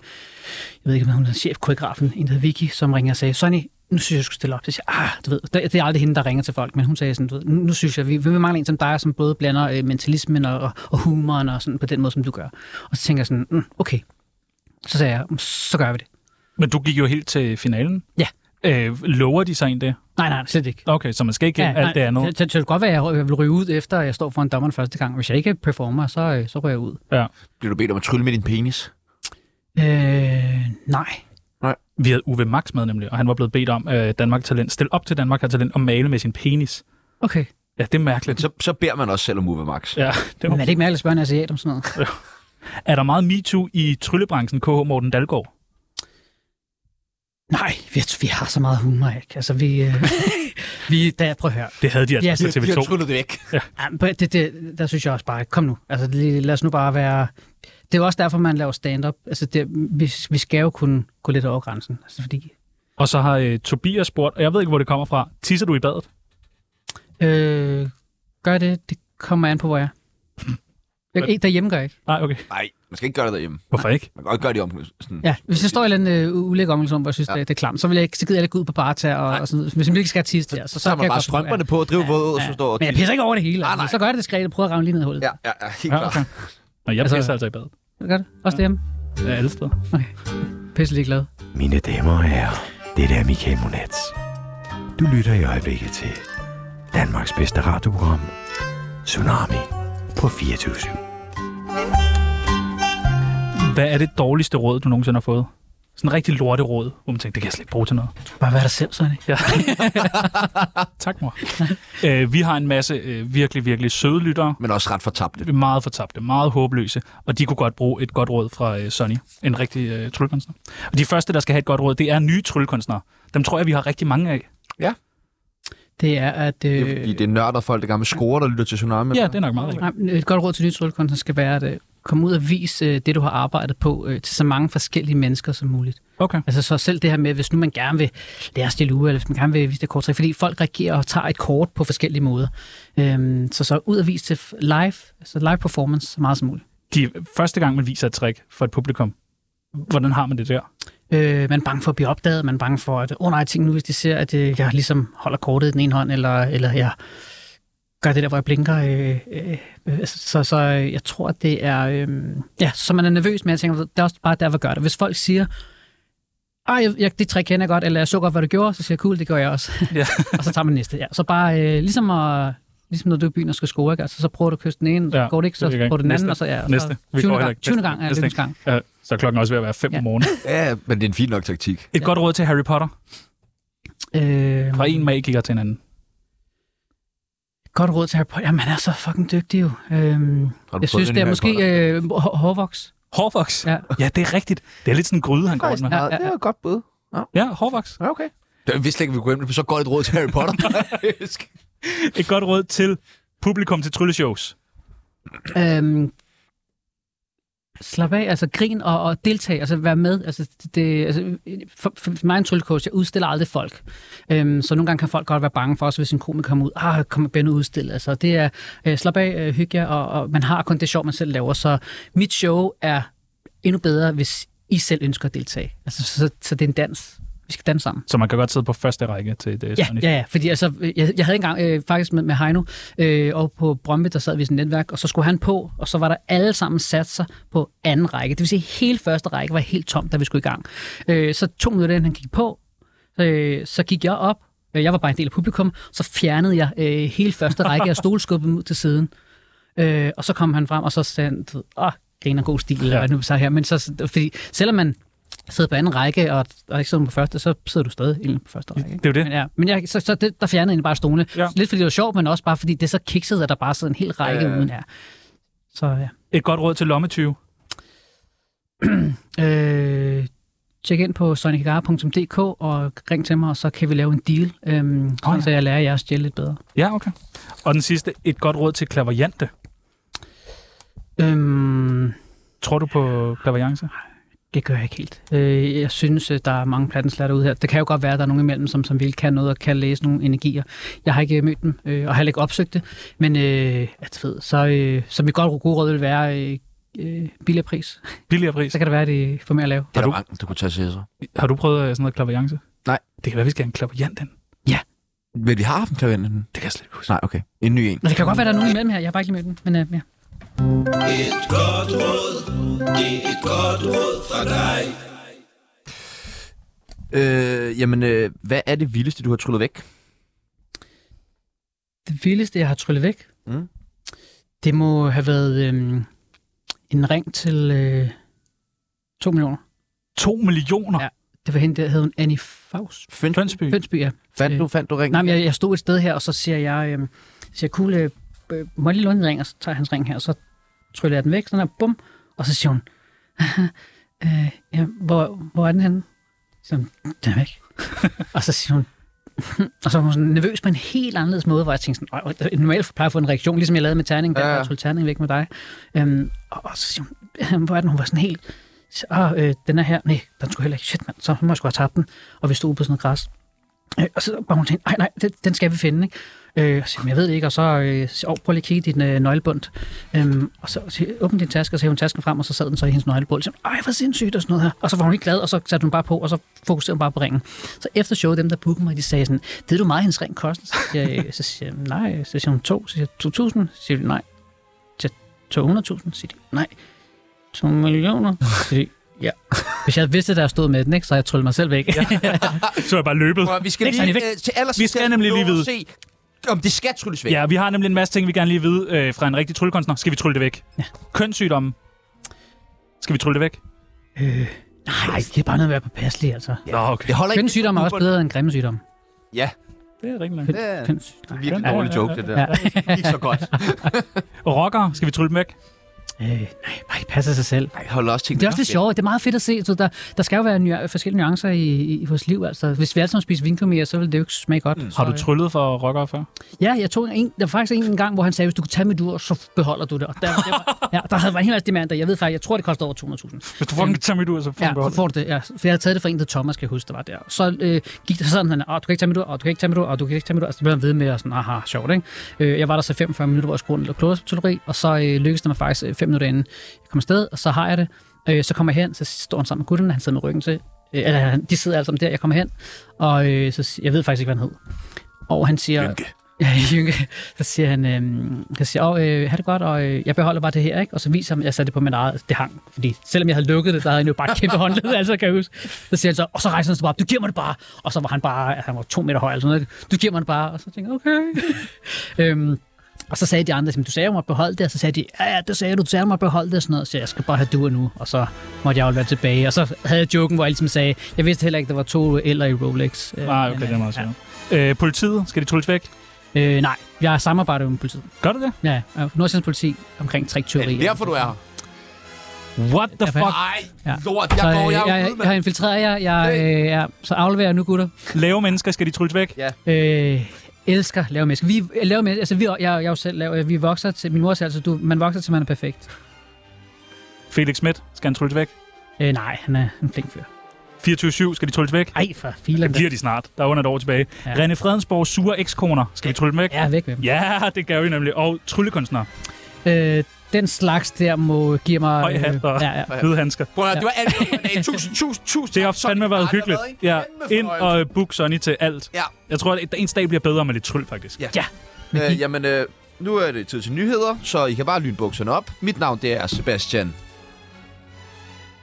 Speaker 3: ved ikke, om hun hedder chefkoreografen, en der hed Vicky, som ringede og sagde, Sonny, nu synes jeg, du skal stille op. Så siger jeg, ah, du ved, det det er aldrig hende, der ringer til folk, men hun sagde sådan, du ved, nu nu synes jeg, vi, vi mangler en som dig, som både blander øh, mentalismen og, og, og humoren og sådan på den måde, som du gør. Og så tænker jeg sådan, mm, okay. Så sagde jeg, "Mm, så gør vi det.
Speaker 1: Men du gik jo helt til finalen.
Speaker 3: Ja.
Speaker 1: Øh, lover de sig en det?
Speaker 3: Nej, nej, slet ikke.
Speaker 1: Okay, så man skal ikke ja, alt det andet.
Speaker 3: Så, så, så det kan godt være, at jeg vil ryge ud efter, at jeg står foran dommeren første gang. Hvis jeg ikke performer, så, øh, så ryger jeg ud.
Speaker 2: Bliver du bedt om at trylle med din penis?
Speaker 3: Øh, nej.
Speaker 1: Vi havde Uwe Max med nemlig, og han var blevet bedt om øh, Danmark Talent. Stil op til Danmark har Talent og male med sin penis.
Speaker 3: Okay.
Speaker 1: Ja, det er mærkeligt.
Speaker 2: Så, så beder man også selv om Uwe Max.
Speaker 1: Ja, det
Speaker 3: Mm. Men er
Speaker 1: var...
Speaker 3: det ikke mærkeligt at spørge en asiat om sådan noget?
Speaker 1: Er der meget MeToo i tryllebranchen, KH Morten Dalgaard?
Speaker 3: Nej, vi, vi har så meget humor, ikke? Altså, vi... Øh, vi der, prøv at høre.
Speaker 1: Det havde de altså
Speaker 3: Ja,
Speaker 1: yes,
Speaker 3: det-
Speaker 1: til TV2.
Speaker 2: tryllet det væk.
Speaker 3: Ja, men Det, det, der synes jeg også bare, kom nu. Altså, lige- lad os nu bare være... Det er jo også derfor, man laver stand-up. Altså, det, vi, vi skal jo kunne gå lidt over grænsen. Altså, fordi...
Speaker 1: Og så har øh, Tobias spurgt, og jeg ved ikke, hvor det kommer fra. Tisser du i badet?
Speaker 3: Øh, gør det, det kommer an på, hvor jeg er. Jeg, ikke, derhjemme gør jeg ikke.
Speaker 1: Nej, okay.
Speaker 2: Nej, man skal ikke gøre det derhjemme.
Speaker 1: Hvorfor ikke?
Speaker 2: Man kan godt gøre det om. Sådan.
Speaker 3: Ja, hvis jeg står i en øh, ulæg omklædningsrum, hvor jeg synes, ja. det, det er klamt, så, vil jeg, ikke- så gider jeg ikke gå ud på barter og, og sådan noget. Hvis jeg virkelig skal have tisse der, så, så,
Speaker 2: Så har
Speaker 3: kan
Speaker 2: man
Speaker 3: jeg
Speaker 2: bare
Speaker 3: godt-
Speaker 2: strømperne på, driver våd, og så
Speaker 3: Ja,
Speaker 2: står og
Speaker 3: Men jeg pisser ikke over det hele. Altså.
Speaker 2: nej.
Speaker 3: Så gør jeg det diskret og prøver at ramme lige ned i hullet.
Speaker 2: Ja, ja, ja, helt
Speaker 1: Ja,
Speaker 2: klart.
Speaker 1: okay. Nå, jeg
Speaker 3: Altså-
Speaker 1: altså, pisser altså i badet.
Speaker 3: Det Gør det? Også derhjemme?
Speaker 1: Ja, alle steder.
Speaker 3: Pisse lige glad.
Speaker 10: Mine damer og herrer, det er Michael Monats. Du lytter i øjeblikket til Danmarks bedste radioprogram, Tsunami på 24
Speaker 1: Hvad er det dårligste råd, du nogensinde har fået? Sådan en rigtig lorte råd, hvor man tænker, det kan jeg slet ikke bruge til noget.
Speaker 3: Bare vær dig selv, Sonny.
Speaker 1: Tak, mor. øh, vi har en masse øh, virkelig, virkelig søde lyttere.
Speaker 2: Men også ret fortabt.
Speaker 1: Vi er meget fortabte, meget håbløse, og de kunne godt bruge et godt råd fra øh, Sonny, en rigtig øh, tryllekunstner. Og de første, der skal have et godt råd, det er nye tryllekunstnere. Dem tror jeg, vi har rigtig mange af.
Speaker 3: Det er, at...
Speaker 8: Det
Speaker 3: Øh,
Speaker 8: er fordi, det er nørder folk, der gamle score, der lytter til Tsunami.
Speaker 1: Ja, det er nok meget rigtigt.
Speaker 3: nej, men øh, et godt råd til nye tryllekunstner skal være, at øh, komme ud og vise øh, det, du har arbejdet på, øh, til så mange forskellige mennesker som muligt.
Speaker 1: Okay.
Speaker 3: Altså så selv det her med, hvis nu man gerne vil lære at stille uge, eller hvis man gerne vil vise det korttræk, fordi folk reagerer og tager et kort på forskellige måder. Øhm, så så ud og vise til f- live, altså live performance så meget som muligt.
Speaker 1: De, første gang, man viser et trick for et publikum, hvordan har man det der?
Speaker 3: Øh, man er bange for at blive opdaget, man er bange for, at åh oh, nej, ting nu, hvis de ser, at øh, jeg ligesom holder kortet i den ene hånd, eller, eller jeg gør det der, hvor jeg blinker. Øh, øh, øh, så, så øh, jeg tror, at det er... Øh, ja, så man er nervøs, men jeg tænker, det er også bare der, hvor gør det. Hvis folk siger, ej, jeg, jeg, det trick kender jeg godt, eller jeg så godt, hvad du gjorde, så siger jeg, cool, det gør jeg også.
Speaker 1: Ja.
Speaker 3: og så tager man det næste. Ja. Så bare øh, ligesom, at, ligesom når du er i byen og skal score, ikke? Altså, så prøver du at kysse den ene,
Speaker 1: Ja,
Speaker 3: ja, går det ikke,
Speaker 1: så
Speaker 3: så
Speaker 1: vil jeg
Speaker 3: prøver du den
Speaker 1: gerne.
Speaker 3: anden,
Speaker 1: Næste.
Speaker 3: og så, ja, og
Speaker 1: Næste.
Speaker 3: Så,
Speaker 1: Vi
Speaker 3: 20.
Speaker 1: går heller
Speaker 3: gang,
Speaker 1: ikke.
Speaker 3: 20.
Speaker 1: Næste.
Speaker 3: gang er
Speaker 1: Næste.
Speaker 3: lykkens gang.
Speaker 1: Ja, så er klokken også ved at være 5
Speaker 3: Ja.
Speaker 1: om morgenen.
Speaker 2: Ja, men det er en fin nok taktik.
Speaker 1: Et godt råd til Harry Potter.
Speaker 3: Øh,
Speaker 1: Fra en magiker til en anden.
Speaker 3: Godt råd til Harry Potter. Jamen, han er så fucking dygtig jo. Øhm,
Speaker 2: Har du
Speaker 3: jeg
Speaker 2: fået
Speaker 3: synes,
Speaker 2: den i
Speaker 3: det er
Speaker 2: Harry
Speaker 3: måske
Speaker 2: Potter?
Speaker 3: øh, hår- hårvoks.
Speaker 1: Hårvoks.
Speaker 3: Ja.
Speaker 1: ja, det er rigtigt. Det er lidt sådan en gryde, han går rundt med.
Speaker 3: Ja, ja,
Speaker 8: Det
Speaker 3: ja.
Speaker 8: var et godt bud.
Speaker 1: Ja, hårvoks.
Speaker 8: Ja, okay.
Speaker 2: Jeg vidste slet ikke, vi kunne gå ind på så godt et råd til Harry Potter.
Speaker 1: Et godt råd til publikum til trylleshows.
Speaker 3: Øhm, slap af, altså grin og, og deltag, altså vær med. Altså, det, altså, for, for mig er en tryllekost, jeg udstiller aldrig folk. Øhm, så nogle gange kan folk godt være bange for os, hvis en komiker kommer ud. Ah, kommer Ben udstillet. Altså, det er, øh, slap af, øh, hygge jer, og, og, man har kun det sjov, man selv laver. Så mit show er endnu bedre, hvis I selv ønsker at deltage. Altså, så, så, så det er en dans. Hvis vi skal danse sammen.
Speaker 1: Så man kan godt sidde på første række til øh, det.
Speaker 3: Ja, ja, ja, fordi altså, jeg, jeg havde engang øh, faktisk med, med Heino, øh, og på Brøndby, der sad vi i sådan et netværk, og så skulle han på, og så var der alle sammen sat sig på anden række. Det vil sige, at hele første række var helt tom, da vi skulle i gang. Øh, så to minutter inden han gik på, øh, så gik jeg op, øh, jeg var bare en del af publikum, så fjernede jeg øh, hele første række og stolskubbede dem ud til siden. Øh, og så kom han frem, og så sagde han, du ved, åh, griner god stil, eller hvad nu så her. Men så, fordi selvom man sidder på anden række, og, og ikke sidder på første, så sidder du stadig egentlig på første række. Ikke?
Speaker 1: Det er jo det.
Speaker 3: Men, ja, men jeg, så, så det, der fjernede egentlig bare stolene. Ja. Lidt fordi det var sjovt, men også bare fordi det er så kikset, at der bare sidder en hel række øh. uden her. Så ja.
Speaker 1: Et godt råd til lommetyve.
Speaker 3: Øh, tjek ind på sonicagara.dk og ring til mig, og så kan vi lave en deal, øhm, oh, ja. så jeg lærer jer at stjæle lidt bedre.
Speaker 1: Ja, okay. Og den sidste, et godt råd til klaverjante.
Speaker 3: Øhm,
Speaker 1: Tror du på klaverjance?
Speaker 3: det gør jeg ikke helt. Øh, jeg synes, at der er mange plattenslærer derude her. Det kan jo godt være, at der er nogen imellem, som, som vil kan noget og kan læse nogle energier. Jeg har ikke øh, mødt dem, øh, og heller ikke opsøgt det. Men øh, at ved, så, øh, så mit godt gode råd vil være øh, øh, billigere pris.
Speaker 1: Billigere pris.
Speaker 3: Så kan det være, at det får mere at lave.
Speaker 2: Det er der mange, du kunne tage til sig.
Speaker 1: Har du prøvet øh, sådan noget klaverjance?
Speaker 2: Nej.
Speaker 1: Det kan være, vi skal have en klaverjant den.
Speaker 2: Men vi har haft en klaviant.
Speaker 1: Det kan jeg slet ikke huske.
Speaker 2: Nej, okay. En ny en.
Speaker 3: Men det kan godt være, at der er nogen imellem her. Jeg har bare ikke lige mødt dem. Men, øh, ja.
Speaker 7: Et godt råd, det er et godt råd fra dig.
Speaker 2: Øh, jamen, øh, hvad er det vildeste, du har tryllet væk?
Speaker 3: Det vildeste, jeg har tryllet væk,
Speaker 2: Mm.
Speaker 3: det må have været øhm, en ring til øh, 2 millioner.
Speaker 1: To millioner?
Speaker 3: Ja. Det var hende, der hed hun Annie Faust.
Speaker 2: Find,
Speaker 1: Tønsby.
Speaker 3: Fønsby, ja.
Speaker 2: fandt, du, fandt du ringen?
Speaker 3: Øh, Nej, men jeg, jeg stod et sted her, og så siger jeg, øhm, siger, cool, øh, øh, må jeg lige låne en ring, og så tager jeg hans ring her, og så tryller jeg den væk, sådan her, bum, og så siger hun, øh, ja, hvor, hvor er den henne? Så siger hun, den er væk. og så siger hun, og så var hun sådan nervøs på en helt anderledes måde, hvor jeg tænkte sådan, "Øj, øj, normalt plejer jeg at få en reaktion, ligesom jeg lavede med terningen, der
Speaker 8: Ja,
Speaker 3: ja.
Speaker 8: ja.
Speaker 3: jeg tog terningen væk med dig. Øhm, og, og så siger hun, "Øh, hvor er den? Hun var sådan helt, så, "Åh, øh, den er her. Nej, den skulle heller ikke. Shit, mand, så må jeg sgu have tabt den. Og vi stod ude på sådan noget græs. Øh, og så var hun tænkt, nej, nej, den, den skal vi finde, ikke? Øh, og så, "Men jeg ved det ikke, og så øh, så, "Åh, prøv lige at kigge i din øh, nøglebund. Øhm, og så så åbnede din taske, og så hævde hun tasken frem, og så sad den så i hendes nøglebund. Så, Ej, hvor sindssygt og sådan noget her. Og så var hun ikke glad, og så satte hun bare på, og så fokuserede hun bare på ringen. Så efter showet, dem der bookede mig, de sagde sådan, ved du meget, hendes ring koster? Så siger, jeg, øh, så siger jeg, nej. Så siger hun to. Så siger jeg, 2.000? Så siger de, nej. Så siger jeg, 200.000? Så siger de, nej. 2 millioner? Så siger de, ja. Hvis jeg havde vidst, at der stod med den, ikke, så havde jeg tryllet mig selv væk. Ja.
Speaker 1: Så er jeg bare løbet.
Speaker 8: Vi skal
Speaker 3: Ikke, så er
Speaker 8: lige,
Speaker 3: de væk.
Speaker 8: øh, til allersidst,
Speaker 1: Vi skal nemlig
Speaker 8: nå
Speaker 1: lige
Speaker 8: at
Speaker 1: vide.
Speaker 8: Se, om det skal trylles væk.
Speaker 1: Ja, vi har nemlig en masse ting, vi gerne lige vil vide øh, fra en rigtig tryllekunstner. Skal vi trylle det væk? Ja. Kønssygdomme. Skal vi trylle det væk?
Speaker 3: øh, nej, det er bare noget at være påpasselig, altså.
Speaker 1: Ja. Nå, okay.
Speaker 8: Det holder ikke.
Speaker 3: Kønssygdom er også bedre end grimme sygdom.
Speaker 1: Det er rigtig nok.
Speaker 3: Køn,
Speaker 8: Ja.
Speaker 3: køns,
Speaker 8: Det er
Speaker 3: nej.
Speaker 8: virkelig en dårlig joke, det der.
Speaker 3: Ja.
Speaker 8: Ikke så godt.
Speaker 1: Rockere. Skal vi trylle dem væk?
Speaker 3: Øh, nej, bare de passer sig selv.
Speaker 2: Jeg holder også ting.
Speaker 3: Det er også lidt sjovt. Det er meget fedt at se. Så der, der skal jo være nye, forskellige nuancer i, i, i vores liv. Altså, hvis vi alle sammen spiser vinkumere, så vil det jo ikke smage godt. Mm.
Speaker 1: Har du tryllet for rockere før?
Speaker 3: Ja, jeg tog en, der var faktisk en gang, hvor han sagde, hvis du kunne tage mit ur, så beholder du det. Og der, det var, ja, der havde været en hel masse demander. Jeg ved faktisk, jeg tror, det koster over 200.000.
Speaker 1: Hvis du fucking tager mit ud, så
Speaker 3: Ja,
Speaker 1: fucking
Speaker 3: så får du det. Ja, for jeg havde taget det fra en, der Thomas, kan jeg huske, der var der. Så øh, gik det sådan, at du kan ikke tage mit ur, og du kan ikke tage mit ur, og du kan ikke tage mit ur. Og så blev han ved med, og sådan, aha, sjovt, ikke? Øh, jeg var der så 45 minutter, hvor jeg skruede lidt klodespatoleri, og så øh, lykkedes det mig faktisk øh, fem minutter inden. Jeg kom afsted, og så har jeg det. Øh, så kommer jeg hen, så står han sammen med gutterne, han sidder med ryggen til. Øh, eller, han- de sidder alle sammen der, jeg kommer hen, og øh, så, si- jeg ved faktisk ikke, hvad han hed. Og han siger... Jynke. Ja, Jynke. Så siger han, øh, så siger, åh, øh, ha' det godt, og øh, jeg beholder bare det her, ikke? Og så viser han, at jeg satte det på min eget, det hang. Fordi selvom jeg havde lukket det, der havde han jo bare et kæmpe håndled, altså kan jeg huske. Så siger han så, og så rejser han sig bare op, du giver mig det bare. Og så var han bare, han var to meter høj, eller sådan noget. Du giver mig det bare, og så tænkte jeg, okay. øhm, og så sagde de andre, "Jamen, du sagde jo mig at beholde det, og så sagde de, ja, ja, det sagde du, du sagde mig at beholde det, og sådan noget. Så jeg skal bare have duer nu, og så måtte jeg jo være tilbage. Og så havde jeg joken, hvor jeg ligesom sagde, jeg vidste heller ikke, der var to eller i Rolex. Øh,
Speaker 1: Nej, Ah, okay,
Speaker 3: men,
Speaker 1: det er meget
Speaker 3: ja.
Speaker 1: sjovt. Øh, politiet. Skal de trylles væk?
Speaker 3: Øh, nej, jeg samarbejder jo med politiet.
Speaker 1: Gør du det?
Speaker 3: Ja, og Nordsjællands politi omkring triktyverier.
Speaker 8: Derfor du er her.
Speaker 1: What the
Speaker 3: Derfor-
Speaker 1: fuck?
Speaker 8: Ej,
Speaker 3: Ja.
Speaker 8: lort.
Speaker 3: Så
Speaker 8: Jeg går,
Speaker 3: øh,
Speaker 8: jeg
Speaker 3: jeg,
Speaker 8: er
Speaker 3: jeg,
Speaker 8: ude,
Speaker 3: jeg har infiltreret jer, jeg, øh, ja, så afleverer jeg nu, gutter.
Speaker 1: Lave mennesker. Skal de trylles væk?
Speaker 3: Øh, elsker lave mennesker. Vi lave mennesker, altså vi, jeg, jeg er jo selv laver, vi vokser til, min mor siger altså, du, man vokser til, man er perfekt.
Speaker 1: Felix Schmidt. Skal han trylles væk?
Speaker 3: Øh, nej, han er en flink fyr.
Speaker 1: 24-7. Skal de trylles væk?
Speaker 3: Ej, for filen.
Speaker 1: Det bliver de snart. Der er under et år tilbage.
Speaker 3: Ja.
Speaker 1: Ja. René Fredensborg, sure ekskoner. Skal vi trylle dem væk?
Speaker 3: Ja, væk med dem.
Speaker 1: Ja, det gør vi nemlig. Og tryllekunstnere.
Speaker 3: Øh, den slags der må give mig...
Speaker 1: Høj hat og
Speaker 3: ja, ja.
Speaker 1: hvide handsker.
Speaker 8: Prøv at høre,
Speaker 3: Ja.
Speaker 8: det var alt for i dag. Tusind, tusind, tusind.
Speaker 1: Det har
Speaker 8: tak. Så
Speaker 1: fandme
Speaker 8: har
Speaker 1: været
Speaker 8: der
Speaker 1: hyggeligt.
Speaker 8: været en
Speaker 1: Ja,
Speaker 8: kæmpe
Speaker 1: ind og øh, book Sonny til alt.
Speaker 8: Ja.
Speaker 1: Jeg tror, at ens dag bliver bedre med lidt tryl, faktisk.
Speaker 8: Ja.
Speaker 2: Øh,
Speaker 3: Magi.
Speaker 2: jamen, øh, nu er det tid til nyheder, så I kan bare lyne bukserne op. Mit navn, det er Sebastian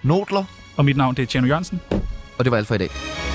Speaker 2: Nodler,
Speaker 1: Og mit navn, det er Tjerno Jørgensen.
Speaker 2: og det var alt for i dag.